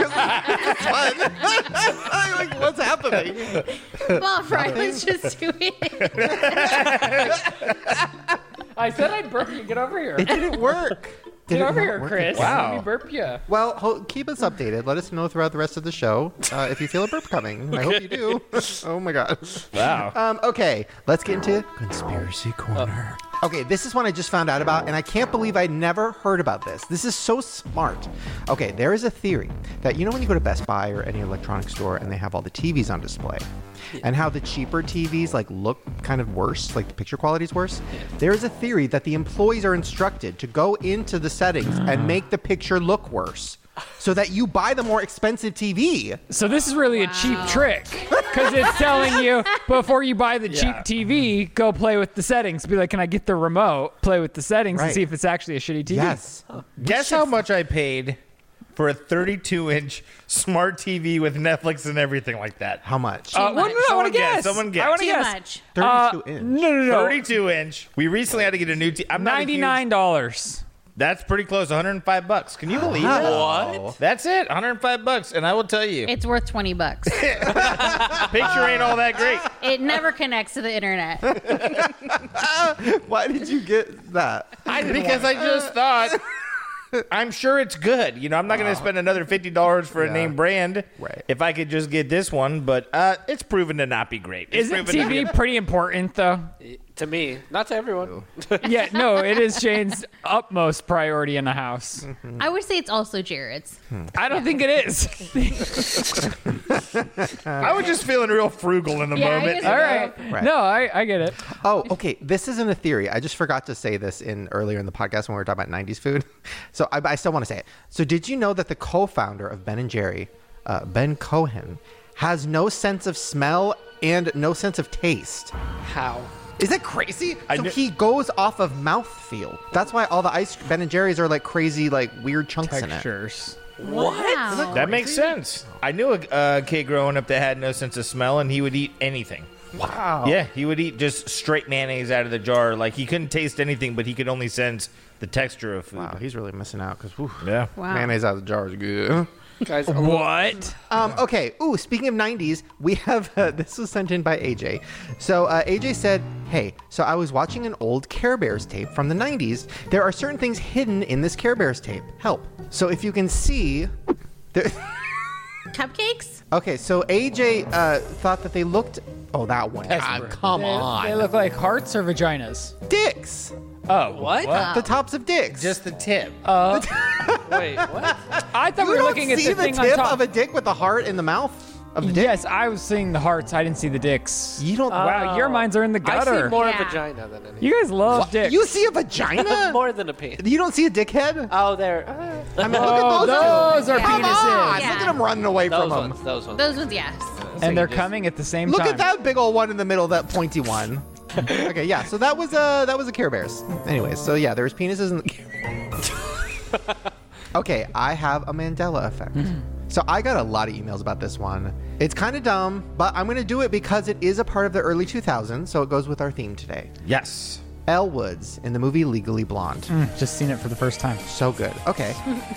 Speaker 5: what's happening?
Speaker 11: Well, Fry was just doing it.
Speaker 4: I said I'd burp you. Get over here.
Speaker 5: It didn't work. Did
Speaker 4: Get
Speaker 5: it
Speaker 4: over
Speaker 5: not
Speaker 4: here,
Speaker 5: work?
Speaker 4: Chris. Let me
Speaker 5: Wow.
Speaker 4: burp you.
Speaker 5: Well, ho- keep us updated. Let us know throughout the rest of the show uh, if you feel a burp coming. I hope you do. oh my god.
Speaker 2: Wow.
Speaker 5: Um, okay, let's get into conspiracy corner. Okay, this is one I just found out about, and I can't believe I never heard about this. This is so smart. Okay, there is a theory that you know when you go to Best Buy or any electronics store and they have all the TVs on display, and how the cheaper TVs like look kind of worse, like the picture quality is worse. There is a theory that the employees are instructed to go into the settings and make the picture look worse, so that you buy the more expensive TV.
Speaker 4: So this is really a cheap trick because it's telling you before you buy the
Speaker 5: Yeah.
Speaker 4: cheap TV, go play with the settings. Be like, can I get the remote? Play with the settings and
Speaker 2: Right.
Speaker 4: see if it's actually a shitty TV.
Speaker 5: Yes.
Speaker 2: Guess how much I paid for a 32 inch smart TV with Netflix and everything like that.
Speaker 5: How much?
Speaker 4: Uh, well, no, I
Speaker 2: Someone
Speaker 4: want to guess.
Speaker 2: Someone guess.
Speaker 4: I want to
Speaker 11: Too
Speaker 4: guess.
Speaker 11: much.
Speaker 4: Uh,
Speaker 5: 32 inch.
Speaker 4: No, no, no.
Speaker 2: 32 inch. We recently had to get a new TV. I'm not a huge-
Speaker 4: Ninety-nine dollars.
Speaker 2: That's pretty close. 105 bucks. Can you believe it?
Speaker 10: Wow.
Speaker 2: What? That's it. 105 bucks. And I will tell you,
Speaker 11: It's worth 20 bucks.
Speaker 2: picture ain't all that great.
Speaker 11: It never connects to the internet.
Speaker 5: Why did you get that?
Speaker 2: I because I just thought. I'm sure it's good. You know, I'm not going to spend another fifty dollars for a name brand
Speaker 5: Uh-huh. Right.
Speaker 2: if I could just get this one. But uh, it's proven to not be great. It's
Speaker 4: Isn't
Speaker 2: proven to be-
Speaker 4: TV pretty important though?
Speaker 10: to me, not to everyone.
Speaker 5: Oh.
Speaker 4: Yeah, no, it is Shane's utmost priority in the house.
Speaker 11: I would say it's also Jared's.
Speaker 4: I don't think it is.
Speaker 2: I was just feeling real frugal in the
Speaker 11: Yeah, I
Speaker 2: moment.
Speaker 11: guess-
Speaker 4: All right.
Speaker 5: Right.
Speaker 4: No, I, I get it.
Speaker 5: Oh, okay. This isn't a theory. I just forgot to say this in earlier in the podcast when we were talking about '90s food. So I, I still want to say it. So did you know that the co-founder of Ben and Jerry, uh, Ben Cohen, has no sense of smell and no sense of taste?
Speaker 10: How?
Speaker 5: Is that crazy?
Speaker 2: I
Speaker 5: so
Speaker 2: kn-
Speaker 5: he goes off of mouthfeel. That's why all the ice Ben and Jerry's are like crazy, like weird chunks in it.
Speaker 4: Textures.
Speaker 10: What?
Speaker 11: Wow.
Speaker 2: That makes sense. I knew a uh, kid growing up that had no sense of smell, and he would eat anything.
Speaker 5: Wow.
Speaker 2: Yeah, he would eat just straight mayonnaise out of the jar. Like he couldn't taste anything, but he could only sense the texture of food.
Speaker 5: Wow. He's really missing out because
Speaker 2: Yeah.
Speaker 11: Wow.
Speaker 5: mayonnaise out of the jar is good.
Speaker 10: Guys,
Speaker 4: what?
Speaker 5: Um, okay. Ooh, speaking of 90s, we have uh, this was sent in by AJ. So uh, AJ said, "Hey, so I was watching an old Care Bears tape from the 90s. There are certain things hidden in this Care Bears tape. Help. So if you can see, there-
Speaker 11: Cupcakes?
Speaker 5: okay. So AJ uh, thought that they looked. Oh, that one. Ah, come
Speaker 18: They-
Speaker 5: on.
Speaker 18: They look like hearts or vaginas.
Speaker 5: Dicks.
Speaker 4: Oh,
Speaker 18: what?
Speaker 5: The tops of dicks.
Speaker 18: Just
Speaker 5: the tip.
Speaker 18: Uh,
Speaker 10: oh, Wait, what?
Speaker 4: I thought
Speaker 5: you
Speaker 4: we were
Speaker 5: don't
Speaker 4: looking at
Speaker 5: see
Speaker 4: the
Speaker 5: the
Speaker 4: thing on
Speaker 5: tip
Speaker 4: top.
Speaker 5: of a dick with a heart in the mouth of the dick.
Speaker 4: Yes, I was seeing the hearts. I didn't see the dicks.
Speaker 5: You don't.
Speaker 4: wow,
Speaker 5: Oh.
Speaker 4: your minds are in the gutter.
Speaker 10: I see more vagina than anything.
Speaker 4: You guys love dicks.
Speaker 5: You see a vagina?
Speaker 10: more than a penis.
Speaker 5: You don't see a dickhead?
Speaker 10: Oh, there. Uh,
Speaker 5: I mean, look at
Speaker 4: Oh, those
Speaker 5: those. two.
Speaker 4: are
Speaker 5: Come
Speaker 4: penises.
Speaker 5: on, Look at them running away
Speaker 10: those
Speaker 5: from
Speaker 10: ones,
Speaker 5: them.
Speaker 10: Those ones.
Speaker 11: Those ones, yes.
Speaker 4: and they're coming at the same
Speaker 5: Look
Speaker 4: time.
Speaker 5: at that big old one in the middle, that pointy one. okay, yeah. So that was uh that was a Care Bears. Anyways, so yeah, there was penises in the. okay, I have a Mandela effect. So I got a lot of emails about this one. It's kind of dumb, but I'm going to do it because it is a part of the early 2000s, so it goes with our theme today.
Speaker 2: Yes.
Speaker 5: Elle Woods in the movie Legally Blonde.
Speaker 4: Mm, just seen it for the first time.
Speaker 5: So good. Okay.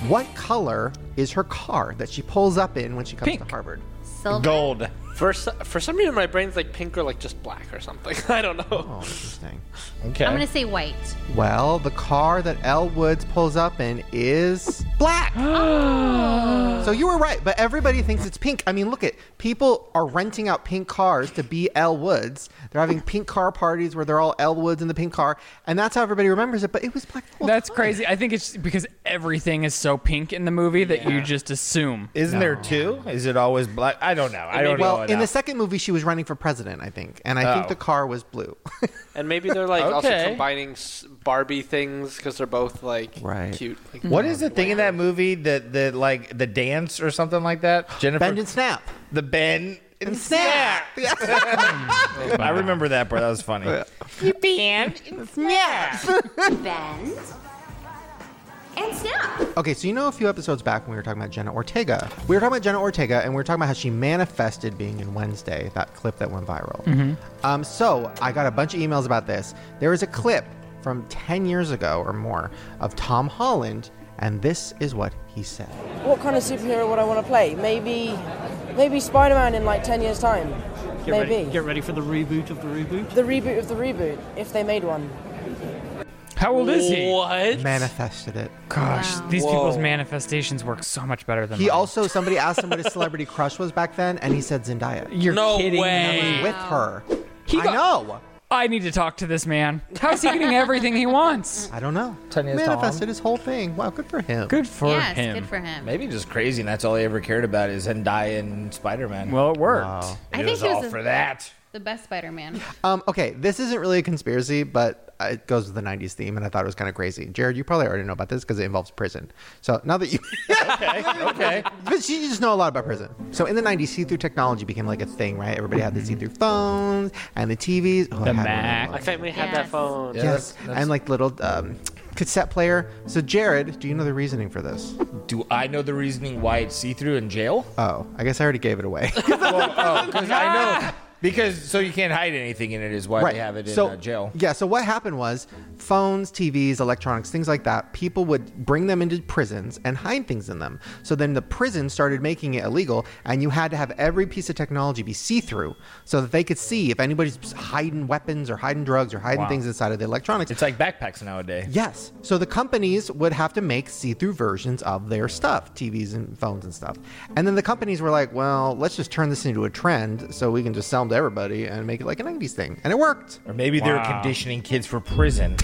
Speaker 5: what color is her car that she pulls up in when she comes to Harvard?
Speaker 11: Silver.
Speaker 2: Gold.
Speaker 10: For, so- for some reason, my brain's like pink or like just black or something. I don't know. Oh,
Speaker 5: interesting.
Speaker 2: Okay.
Speaker 11: I'm gonna say white.
Speaker 5: Well, the car that Elle Woods pulls up in is black.
Speaker 4: Oh.
Speaker 5: so you were right, but everybody thinks it's pink. I mean, look at people are renting out pink cars to be Elle Woods. They're having pink car parties where they're all Elle Woods in the pink car, and that's how everybody remembers it. But it was black.
Speaker 4: That's crazy. I think it's because everything is so pink in the movie that you just assume.
Speaker 2: Isn't there two? Is it always black? I don't know. I don't
Speaker 5: well,
Speaker 2: know.
Speaker 5: in the second movie, she was running for president, I think, and I think
Speaker 2: Oh.
Speaker 5: the car was blue.
Speaker 10: And maybe they're like also
Speaker 2: Okay.
Speaker 10: combining s- Barbie things because they're both like cute. Like,
Speaker 11: Hmm.
Speaker 2: What is the thing in that movie that the like the dance or something like that? Jennifer
Speaker 5: Bend and snap.
Speaker 2: The bend and,
Speaker 5: snap.
Speaker 2: I remember that part. That was funny.
Speaker 9: You bend and snap. bend and snap.
Speaker 5: Okay, so you know a few episodes back when we were talking about Jenna Ortega. We were talking about Jenna Ortega and we were talking about how she manifested being in Wednesday, that clip that went viral.
Speaker 4: Mm-hmm.
Speaker 18: Mhm.
Speaker 5: Um, so I got a bunch of emails about this. There was a clip from 10 years ago or more of Tom Holland, and this is what he said.
Speaker 19: What kind of superhero would I want to play? Maybe, maybe Spider-Man in like ten years' time.
Speaker 20: Get
Speaker 19: Maybe
Speaker 20: ready, get ready for the reboot of the reboot.
Speaker 19: the reboot of the reboot, if they made one.
Speaker 4: How old is he?
Speaker 10: What?
Speaker 5: Manifested it.
Speaker 4: Gosh, these
Speaker 5: Whoa.
Speaker 4: people's manifestations work so much better than
Speaker 5: He
Speaker 4: mine.
Speaker 5: also, somebody asked him what his celebrity crush was back then, and he said Zendaya.
Speaker 4: You're No kidding me. way.
Speaker 5: With her.
Speaker 4: He
Speaker 5: I
Speaker 4: got-
Speaker 5: know.
Speaker 4: I need to talk to this man. How's he getting everything he wants?
Speaker 5: I don't know.
Speaker 4: years
Speaker 5: Manifested his whole thing. Wow, good for him.
Speaker 4: Good for
Speaker 11: Yes, him. good for him.
Speaker 2: Maybe just crazy, and that's all he ever cared about is Zendaya and Spider Man.
Speaker 4: Well, it worked.
Speaker 11: I
Speaker 2: It
Speaker 11: think
Speaker 2: Uh, was
Speaker 11: he was
Speaker 2: all
Speaker 11: the-
Speaker 2: for that.
Speaker 11: The best Spider-Man.
Speaker 5: Um, okay, this isn't really a conspiracy, but uh, it goes with the 90s theme, and I thought it was kind of crazy. Jared, you probably already know about this because it involves prison. So now that you.
Speaker 2: okay.
Speaker 5: but you just know a lot about prison. So in the 90s, see through technology became like a thing, right? Everybody had the see through phones and the TVs. Oh, I
Speaker 4: The
Speaker 5: had one of
Speaker 4: Mac.
Speaker 10: My
Speaker 5: those.
Speaker 10: family had that phone.
Speaker 5: yes, and like little um, cassette player. So, Jared, do you know the reasoning for this?
Speaker 2: Do I know the reasoning why it's see through in jail?
Speaker 5: Oh, I guess I already gave it away.
Speaker 2: well, oh, 'cause I know because so you can't hide anything in it is why they have it in
Speaker 5: so,
Speaker 2: uh, jail.
Speaker 5: Yeah. So what happened was phones, TVs, electronics, things like that. People would bring them into prisons and hide things in them. So then the prison started making it illegal, and you had to have every piece of technology be see-through, so that they could see if anybody's hiding weapons or hiding drugs or hiding
Speaker 2: Wow.
Speaker 5: things inside of the electronics.
Speaker 2: It's like backpacks nowadays.
Speaker 5: Yes. So the companies would have to make see through versions of their stuff, TVs and phones and stuff. And then the companies were like, well, let's just turn this into a trend so we can just sell them to everybody and make it like a 90s thing. And it worked.
Speaker 2: Or maybe they were conditioning kids for prison.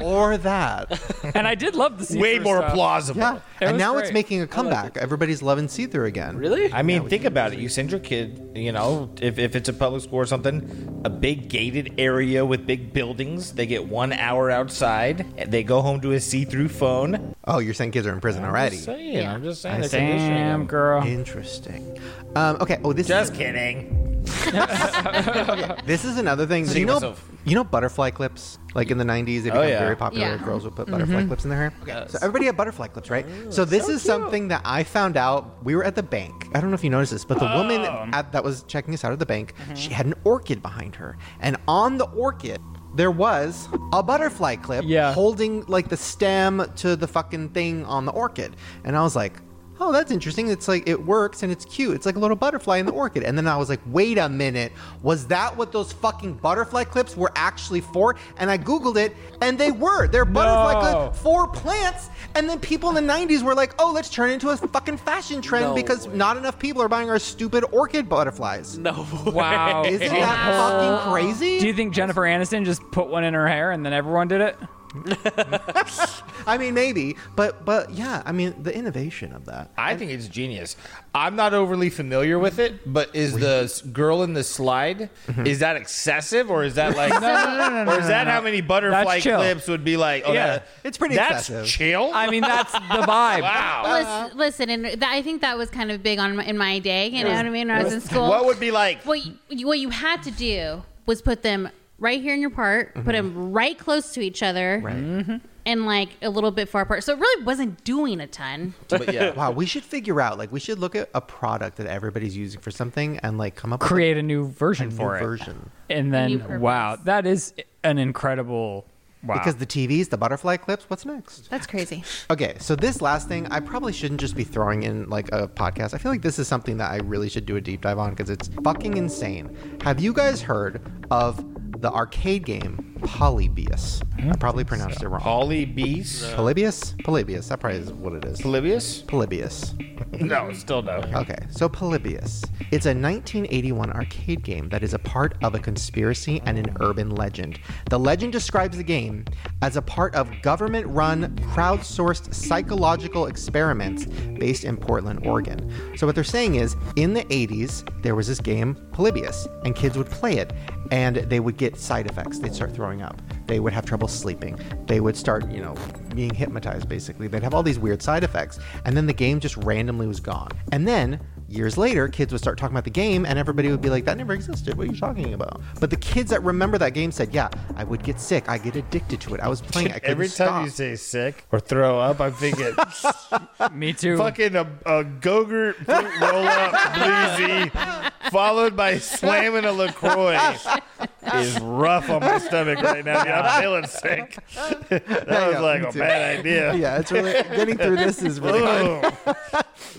Speaker 5: or that.
Speaker 4: And I did love the see-through
Speaker 2: Way more
Speaker 4: stuff.
Speaker 2: plausible.
Speaker 5: Yeah.
Speaker 4: It
Speaker 5: and
Speaker 4: was
Speaker 5: now it's
Speaker 4: great.
Speaker 5: making a comeback. Everybody's loving see through again.
Speaker 10: Really?
Speaker 2: I mean, think about it. You send your kid, you know, if, if it's a public school or something, a big gated area with big buildings. They get one hour outside. and They go home to a see through phone.
Speaker 5: Oh, you're saying kids are in prison already.
Speaker 2: Just saying, I'm just saying.
Speaker 5: I
Speaker 2: they're
Speaker 5: see.
Speaker 2: conditioning
Speaker 5: Damn,
Speaker 2: them.
Speaker 4: girl.
Speaker 5: Interesting. Um, okay. Oh, this
Speaker 2: Just
Speaker 5: is,
Speaker 2: kidding.
Speaker 5: This is another thing.
Speaker 2: Sitting
Speaker 5: You know,
Speaker 2: myself.
Speaker 5: you know butterfly clips? Like in the 90s, they
Speaker 2: Oh,
Speaker 5: became
Speaker 2: yeah.
Speaker 5: very popular.
Speaker 2: Yeah.
Speaker 5: Girls would put butterfly
Speaker 2: Mhm.
Speaker 5: clips in their hair. Okay. So everybody had butterfly clips, right? Oh, so this is something that I found out. We were at the bank. I don't know if you noticed this, but the woman at, that was checking us out of the bank, she had an orchid behind her. And on the orchid, there was a butterfly clip holding like the stem to the fucking thing on the orchid. And I was like, oh, that's interesting. It's like it works and it's cute. It's like a little butterfly in the orchid. And then I was like, wait a minute, was that what those fucking butterfly clips were actually for? And I googled it, and they were. They're butterfly
Speaker 4: No.
Speaker 5: clips for plants. And then people in the '90s were like, oh, let's turn it into a fucking fashion trend
Speaker 4: No
Speaker 5: because not enough people are buying our stupid orchid butterflies.
Speaker 10: No.
Speaker 4: Wow.
Speaker 5: Isn't that fucking crazy?
Speaker 4: Do you think Jennifer Aniston just put one in her hair and then everyone did it?
Speaker 5: I mean, maybe, but but yeah, I mean, the innovation of that.
Speaker 2: I think it's genius. I'm not overly familiar with it, but is the s- girl in the slide is that excessive or is that like
Speaker 4: No, no, no, no, no,
Speaker 2: or is
Speaker 4: no,
Speaker 2: that
Speaker 4: no.
Speaker 2: how many butterfly
Speaker 4: That's chill.
Speaker 2: clips would be like? Oh,
Speaker 4: Yeah.
Speaker 2: that-
Speaker 4: It's pretty
Speaker 2: That's
Speaker 4: excessive.
Speaker 2: chill.
Speaker 4: I mean, that's the vibe.
Speaker 2: Wow.
Speaker 11: Lis- Listen, and th- I think that was kind of big on my, in my day. You know
Speaker 2: Yeah.
Speaker 11: what I mean? When I was in school,
Speaker 2: What would be like?
Speaker 11: what you, what you had to do was put them right here in your part, put 'em put
Speaker 2: Mhm.
Speaker 11: them right close to each other, and like a little bit far apart. So it really wasn't doing a ton.
Speaker 5: But yeah, wow, we should figure out like we should look at a product that everybody's using for something and like come up
Speaker 4: create a new version for it. Ah.
Speaker 5: version.
Speaker 4: And
Speaker 5: New
Speaker 4: then,
Speaker 5: purpose.
Speaker 4: wow, that is an incredible. Wow.
Speaker 5: Because the TVs, the butterfly clips, what's next?
Speaker 11: That's crazy.
Speaker 5: Okay, so this last thing, I probably shouldn't just be throwing in like a podcast. I feel like this is something that I really should do a deep dive on because it's fucking insane. Have you guys heard of the arcade game Polybius?
Speaker 4: Hmm?
Speaker 5: I probably pronounced it wrong.
Speaker 2: Polybius? No.
Speaker 5: Polybius? Polybius. That probably is what it is.
Speaker 2: Polybius?
Speaker 5: Polybius.
Speaker 2: No, still no.
Speaker 5: Okay, so Polybius. It's a 1981 arcade game that is a part of a conspiracy and an urban legend. The legend describes the game as a part of government run, crowdsourced psychological experiments based in Portland, Oregon. So, what they're saying is in the 80s, there was this game, Polybius, and kids would play it and they would get side effects. They'd start throwing up. They would have trouble sleeping. They would start, you know, being hypnotized basically. They'd have all these weird side effects. And then the game just randomly was gone. And then years later, kids would start talking about the game and everybody would be like, that never existed. What are you talking about? But the kids that remember that game said, yeah, I would get sick. I get addicted to it. I was playing it. I couldn't
Speaker 2: Every time
Speaker 5: stop.
Speaker 2: you say sick or throw up, I'm thinking
Speaker 4: me too.
Speaker 2: Fucking a, a gogurt fruit roll up bleezy, followed by slamming a Lacroix is rough on my stomach right now. Dude. I'm feeling sick. that
Speaker 5: Yeah,
Speaker 2: was like
Speaker 5: me
Speaker 2: a
Speaker 5: too.
Speaker 2: bad idea.
Speaker 5: Yeah, it's really getting through this is really hard.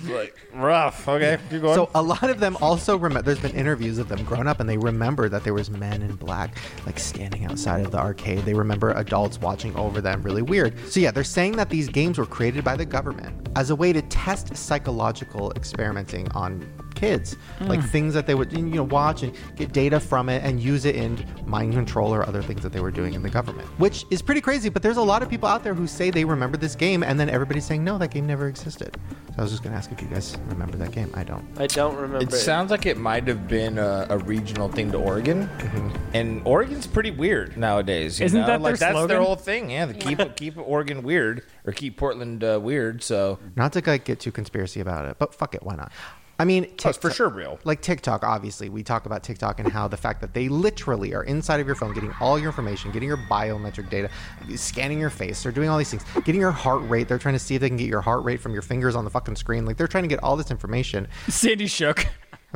Speaker 2: like rough. Okay, keep going.
Speaker 5: So a lot of them also remember. There's been interviews of them growing up, and they remember that there was men in black like standing outside of the arcade. They remember adults watching over them. Really weird. So yeah, they're saying that these games were created by the government as a way to test psychological experimenting on kids, like
Speaker 6: Mm.
Speaker 5: things that they would you know watch and get data from it and use it in mind control or other things that they were doing in the government, which is pretty crazy. But there's a lot of people out there who say they remember this game, and then everybody's saying no, that game never existed. So I was just gonna ask if you guys remember that game. I don't.
Speaker 10: I don't remember.
Speaker 2: It sounds like it might have been a, a regional thing to Oregon, and Oregon's pretty weird nowadays. you
Speaker 4: Isn't
Speaker 2: know?
Speaker 4: that their
Speaker 2: like that's their
Speaker 4: slogan?
Speaker 2: whole thing? Yeah, the keep keep Oregon weird or keep Portland uh, weird. So
Speaker 5: Not to like, get too conspiracy about it, but fuck it, why not? I mean, TikTok,
Speaker 2: for sure real.
Speaker 5: Like TikTok, obviously, we talk about TikTok and how the fact that they literally are inside of your phone, getting all your information, getting your biometric data, scanning your face, they're doing all these things, getting your heart rate. They're trying to see if they can get your heart rate from your fingers on the fucking screen. Like they're trying to get all this information.
Speaker 4: Sandy shook.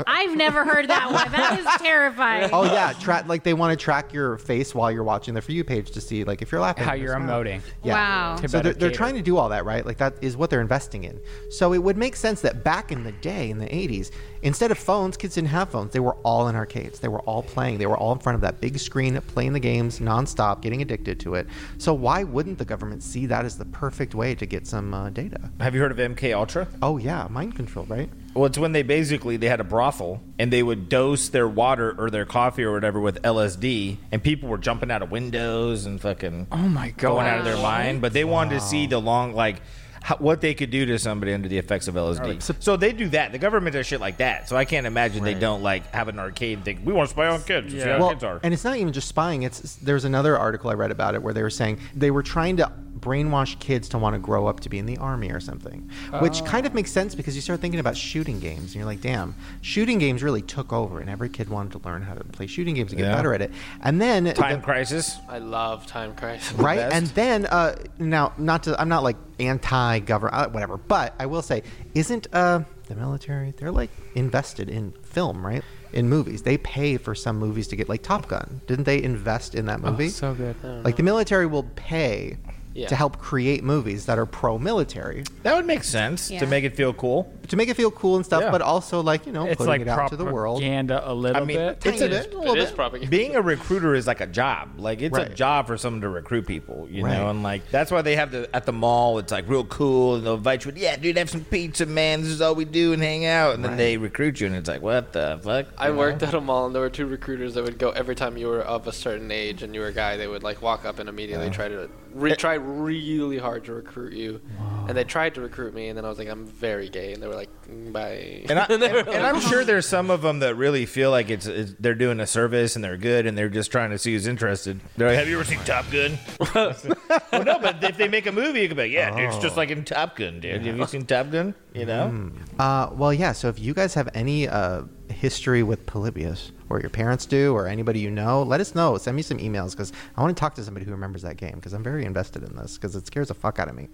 Speaker 11: I've never heard that one. That is terrifying.
Speaker 5: Oh yeah, tra- like they want to track your face while you're watching the for you page to see like if you're laughing,
Speaker 4: How
Speaker 5: if
Speaker 4: you're
Speaker 5: smiling.
Speaker 4: emoting.
Speaker 5: Yeah.
Speaker 11: Wow.
Speaker 5: So they're, they're
Speaker 4: Tibetacator.
Speaker 5: trying to do all that, right? Like that is what they're investing in. So it would make sense that back in the day, in the '80s, instead of phones, kids didn't have phones. They were all in arcades. They were all playing. They were all in front of that big screen, playing the games nonstop, getting addicted to it. So why wouldn't the government see that as the perfect way to get some uh, data?
Speaker 2: Have you heard of MK Ultra?
Speaker 5: Oh yeah, mind control, right?
Speaker 2: Well, it's when they basically they had a brothel and they would dose their water or their coffee or whatever with LSD, and people were jumping out of windows and fucking
Speaker 4: oh my god,
Speaker 2: going out of their mind. But they wanted to see the long like how, what they could do to somebody under the effects of LSD. So, they do that. The government does shit like that. So I can't imagine they don't like have an arcade and think we want to spy on kids. Yeah. See how
Speaker 5: Well,
Speaker 2: kids are.
Speaker 5: and it's not even just spying. It's there's another article I read about it where they were saying they were trying to brainwash kids to want to grow up to be in the army or something, which
Speaker 6: Oh.
Speaker 5: kind of makes sense because you start thinking about shooting games and you're like, damn, shooting games really took over and every kid wanted to learn how to play shooting games and get
Speaker 10: Yeah.
Speaker 5: better at it. And then
Speaker 2: Time Crisis.
Speaker 10: I love Time Crisis.
Speaker 5: right and then uh now not to i'm not like anti government uh, whatever but i will say isn't uh the military they're like invested in film right in movies they pay for some
Speaker 2: Oh,
Speaker 5: movies to get like top gun didn't they invest in that movie
Speaker 4: so good.
Speaker 5: like the military will pay
Speaker 10: Yeah.
Speaker 21: to help create movies that are pro-military.
Speaker 2: That would make sense
Speaker 11: Yeah. make
Speaker 2: it feel cool.
Speaker 21: To make it feel cool and stuff,
Speaker 2: Yeah.
Speaker 21: but also like you know
Speaker 2: It's
Speaker 21: putting
Speaker 2: like
Speaker 21: it out to the world.
Speaker 4: propaganda a little
Speaker 2: I mean,
Speaker 4: bit.
Speaker 2: it's a,
Speaker 21: Tiny bit. It is
Speaker 2: propaganda. Being a recruiter is like a job. Like it's a
Speaker 21: Right.
Speaker 2: job for someone to recruit people, you
Speaker 21: Right.
Speaker 2: know. And like that's why they have the at the mall. It's like real cool, and they'll invite you. Yeah, dude, have some pizza, man. This is all we do, and hang out. And then they recruit you, and it's like, what the fuck?
Speaker 10: I
Speaker 2: You know?
Speaker 10: worked at a mall and there were two recruiters that would go every time you were of a certain age and you were a guy. They would like walk up and immediately
Speaker 2: Yeah.
Speaker 10: try to re- try really hard to recruit you, and they tried to recruit me. And then I was like, I'm very gay, and they were like, "Mm, bye.
Speaker 2: And, I,
Speaker 10: And they were
Speaker 2: and I'm
Speaker 4: "Oh."
Speaker 2: sure there's some of them that really feel like it's, it's they're doing a service and they're good and they're just trying to see who's interested. They're like, "Have you ever seen Top Gun?" well, no, but if they make a movie, you could be like, "Yeah, dude, it's
Speaker 4: Oh.
Speaker 2: just like in Top Gun, dude. Have you seen Top Gun?" You know.
Speaker 4: Hmm.
Speaker 21: Uh, well, yeah. So if you guys have any uh, history with Polybius, or your parents do, or anybody you know, let us know. Send me some emails because I want to talk to somebody who remembers that game because I'm very invested in this because it scares the fuck out of me.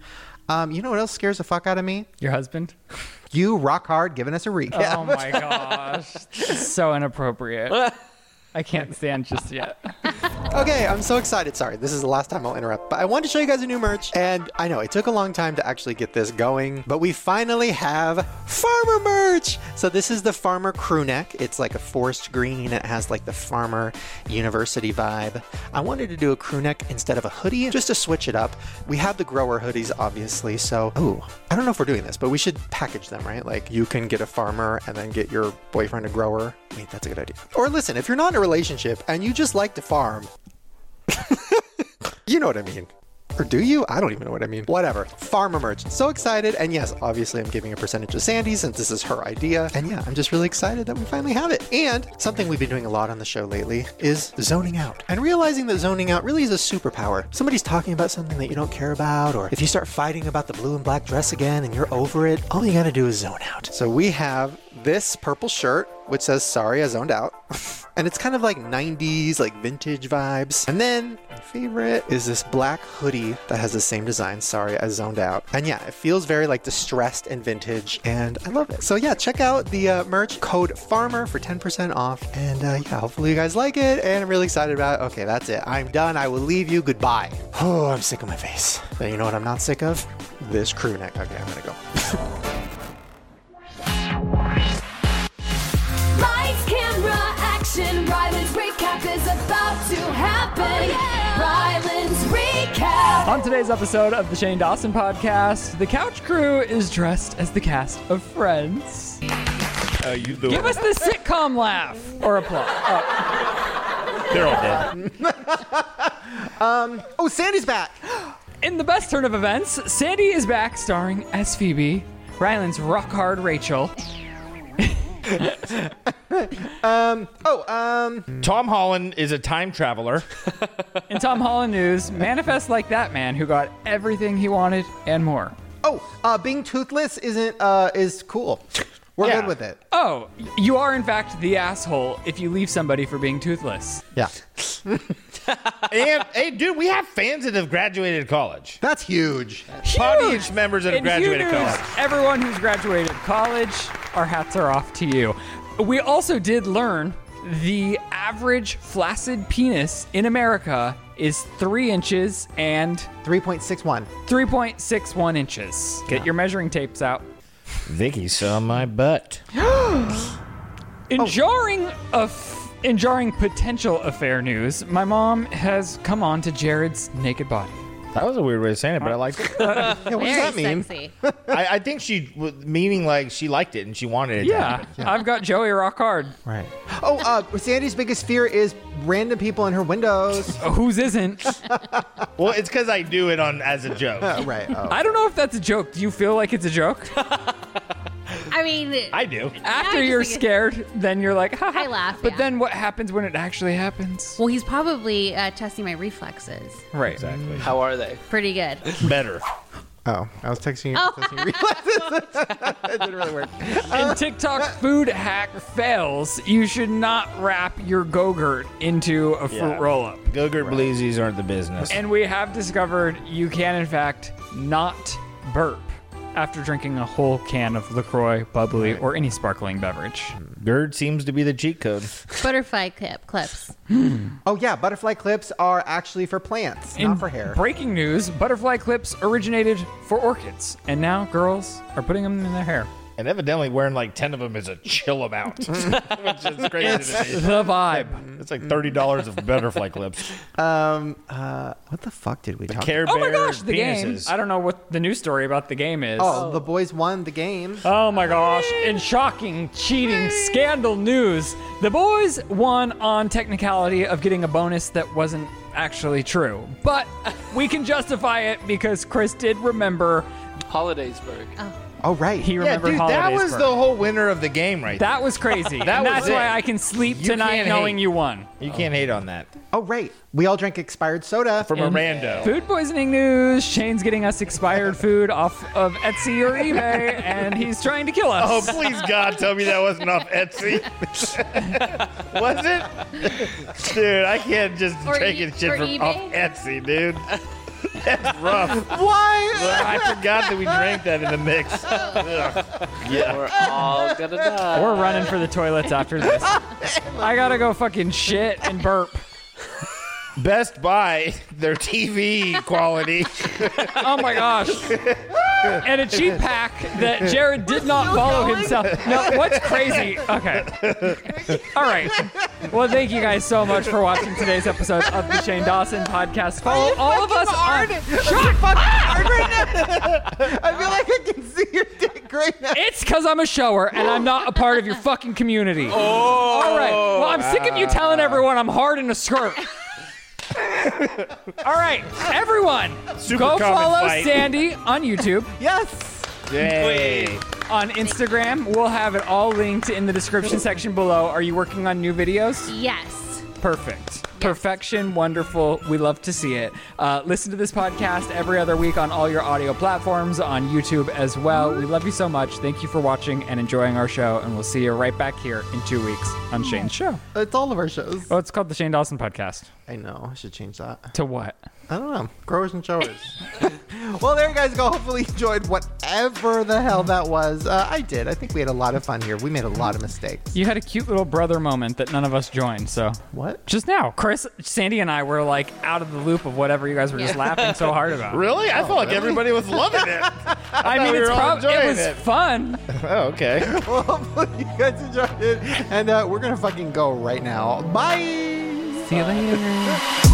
Speaker 21: Um, you know what else scares the fuck out of me?
Speaker 4: Your husband.
Speaker 21: You rock hard, giving us a recap.
Speaker 4: Oh my gosh. so inappropriate. I can't stand just yet.
Speaker 5: Okay, I'm so excited. Sorry, this is the last time I'll interrupt, but I wanted to show you guys a new merch. And I know it took a long time to actually get this going, but we finally have farmer merch. So this is the farmer crew neck. It's like a forest green. It has like the farmer university vibe. I wanted to do a crew neck instead of a hoodie just to switch it up. We have the grower hoodies, obviously. So, ooh, I don't know if we're doing this, but we should package them, right? Like you can get a farmer and then get your boyfriend a grower. Wait, that's a good idea. Or listen, if you're not in a relationship and you just like to farm, you know what I mean. Or do you? I don't even know what I mean. Whatever. Farmer merch. So excited. And yes, obviously, I'm giving a percentage to Sandy since this is her idea. And yeah, I'm just really excited that we finally have it. And something we've been doing a lot on the show lately is zoning out and realizing that zoning out really is a superpower. Somebody's talking about something that you don't care about, or if you start fighting about the blue and black dress again and you're over it, all you gotta do is zone out. So we have this purple shirt, which says, Sorry, I zoned out. And it's kind of like 90s, like vintage vibes. And then my favorite is this black hoodie that has the same design. Sorry, I zoned out. And yeah, it feels very like distressed and vintage. And I love it. So yeah, check out the uh, merch code FARMER for 10% off. And uh, yeah, hopefully you guys like it. And I'm really excited about it. Okay, that's it. I'm done. I will leave you. Goodbye. Oh, I'm sick of my face. But you know what I'm not sick of? This crew neck. Okay, I'm going to go.
Speaker 22: Lights, camera, action. Ryland's recap is about to happen. Ryland's recap.
Speaker 4: On today's episode of the Shane Dawson podcast, the couch crew is dressed as the cast of Friends.
Speaker 2: Uh, you
Speaker 4: Give us the sitcom laugh or applause.
Speaker 2: They're all dead.
Speaker 4: Um, oh, Sandy's back. In the best turn of events, Sandy is back starring as Phoebe, Ryland's rock hard Rachel.
Speaker 2: Um. Oh. Um. Tom Holland is a time traveler.
Speaker 4: In Tom Holland news, manifest like that man who got everything he wanted and more.
Speaker 21: Oh, uh, being toothless isn't uh, is cool. We're good with it.
Speaker 4: Oh, you are in fact the asshole if you leave somebody for being toothless.
Speaker 21: Yeah.
Speaker 2: and hey, dude, we have fans that have graduated college.
Speaker 21: That's huge.
Speaker 2: Audience members that have
Speaker 4: In
Speaker 2: graduated
Speaker 4: Hooters,
Speaker 2: college.
Speaker 4: Everyone who's graduated college, our hats are off to you. We also did learn the average flaccid penis in America is three inches and
Speaker 21: 3.61.
Speaker 4: 3.61 inches. Get your measuring tapes out.
Speaker 2: Oh. Vicky saw my butt.
Speaker 4: Enjoying a f- enjoying potential affair news, my mom has come on to Jared's naked body.
Speaker 2: That was a weird way of saying it, but I liked it. yeah, what
Speaker 11: Very sexy.
Speaker 2: I, I think she was meaning like she liked it and she wanted it. to
Speaker 4: Yeah,
Speaker 2: happen.
Speaker 4: I've got Joey rock hard.
Speaker 21: Right. Oh, uh, Sandy's biggest fear is random people in her windows.
Speaker 4: Whose isn't?
Speaker 2: well, it's because I do it on as a joke.
Speaker 5: Oh,
Speaker 21: right.
Speaker 4: I don't know if that's a joke. Do you feel like it's a joke?
Speaker 11: I mean,
Speaker 2: I do.
Speaker 11: I
Speaker 4: After
Speaker 11: just
Speaker 4: you're
Speaker 11: think
Speaker 4: scared, then you're like, ha.
Speaker 11: I laugh.
Speaker 4: But then what happens when it actually happens?
Speaker 11: Well, he's probably uh, testing my reflexes.
Speaker 4: Right.
Speaker 2: Exactly.
Speaker 10: How are they?
Speaker 11: Pretty good.
Speaker 2: Better.
Speaker 21: Oh, I was texting you.
Speaker 11: Oh.
Speaker 21: That didn't really work.
Speaker 11: Uh,
Speaker 4: And TikTok food hack fails. You should not wrap your Go-Gurt into a fruit
Speaker 2: Yeah.
Speaker 4: roll up.
Speaker 2: Go-Gurt Bleezies aren't the business.
Speaker 4: And we have discovered you can, in fact, not burp. after drinking a whole can of LaCroix, bubbly, or any sparkling beverage.
Speaker 2: GERD seems to be the cheat code.
Speaker 11: Butterfly clip clips.
Speaker 5: Oh yeah, butterfly clips are actually for plants, not for hair.
Speaker 4: Breaking news butterfly clips originated for orchids, and now girls are putting them in their hair.
Speaker 2: And evidently, wearing like 10 of them is a chill amount, which is crazy to me.
Speaker 4: It's the vibe.
Speaker 2: It's like $30 of butterfly clips.
Speaker 5: Um, uh, what the fuck did we talk?
Speaker 2: Care
Speaker 5: about?
Speaker 4: Oh my
Speaker 2: Bear
Speaker 4: gosh, the game.
Speaker 2: penises.
Speaker 4: I don't know what the news story about the game is.
Speaker 5: Oh, the boys won the game.
Speaker 4: Oh my gosh. In shocking, cheating, scandal news, the boys won on technicality of getting a bonus that wasn't actually true. But we can justify it because Chris did remember
Speaker 10: Holidaysburg.
Speaker 5: Oh right,
Speaker 4: he
Speaker 2: Yeah,
Speaker 4: remembered
Speaker 2: dude, that was
Speaker 4: Holidaysburg.
Speaker 2: the whole winner of the game right
Speaker 4: That was crazy.
Speaker 2: That
Speaker 4: and
Speaker 2: was
Speaker 4: that's
Speaker 2: it.
Speaker 4: why I can sleep
Speaker 2: You
Speaker 4: tonight
Speaker 2: can't
Speaker 4: knowing
Speaker 2: hate.
Speaker 4: you won.
Speaker 2: there. You can't hate on that.
Speaker 5: Oh right, we all drank expired soda
Speaker 2: From
Speaker 4: And
Speaker 2: a rando.
Speaker 4: Food poisoning news. Shane's getting us expired food off of Etsy or eBay, and he's trying to kill us.
Speaker 2: Oh, please, God, tell me that wasn't off Etsy. was it? Dude, I can't just
Speaker 11: Or
Speaker 2: take
Speaker 11: e-
Speaker 2: it shit
Speaker 11: or
Speaker 2: from
Speaker 11: eBay?
Speaker 2: off Etsy, dude. That's rough.
Speaker 5: Why?
Speaker 2: I forgot that we drank that in the mix. Ugh. Yeah.
Speaker 10: We're all gonna die.
Speaker 4: We're running for the toilets after this. I gotta go fucking shit and burp.
Speaker 2: Best Buy, their TV quality.
Speaker 4: Oh my gosh. And a cheap pack that Jared did not follow himself. No, what's crazy? Okay. All right. Well, thank you guys so much for watching today's episode of the Shane Dawson podcast. Follow all of us on. Shut
Speaker 5: I feel like I can see your dick right now.
Speaker 4: It's because I'm a shower and I'm not a part of your fucking community. Oh. All right. Well, I'm sick of you telling
Speaker 2: Ah.
Speaker 4: everyone I'm hard in a skirt. All right, everyone,
Speaker 2: Super
Speaker 4: go
Speaker 2: common
Speaker 4: follow
Speaker 2: fight.
Speaker 4: Sandy on YouTube,
Speaker 5: Yes.
Speaker 2: Yay.
Speaker 4: on Instagram. We'll have it all linked in the description section below. Are you working on new videos?
Speaker 11: Yes.
Speaker 4: Perfect. Perfection, wonderful. We love to see it. Uh, listen to this podcast every other week on all your audio platforms, on YouTube as well. We love you so much. Thank you for watching and enjoying our show, and we'll see you right back here in two weeks on Shane's show.
Speaker 5: It's all of our shows.
Speaker 4: Oh, it's called the Shane Dawson Podcast.
Speaker 5: I know. I should change that.
Speaker 4: To what?
Speaker 5: I don't know. Growers and showers. well, there you guys go. Hopefully you enjoyed whatever the hell that was. Uh, I did. I think we had a lot of fun here. We made a lot of mistakes.
Speaker 4: You had a cute little brother moment that none of us joined, so.
Speaker 5: What?
Speaker 4: Just now, Chris, Sandy, and I were like out of the loop of whatever you guys were just laughing so hard about.
Speaker 2: Really? I felt like everybody was loving it.
Speaker 4: Oh, I, mean,
Speaker 2: we
Speaker 4: it's
Speaker 2: were all
Speaker 4: probably it
Speaker 2: enjoying
Speaker 4: was
Speaker 2: it.
Speaker 4: fun.
Speaker 2: Oh, okay.
Speaker 5: Well, hopefully you guys enjoyed it. And uh, we're going to fucking go right now. Bye.
Speaker 4: See you later.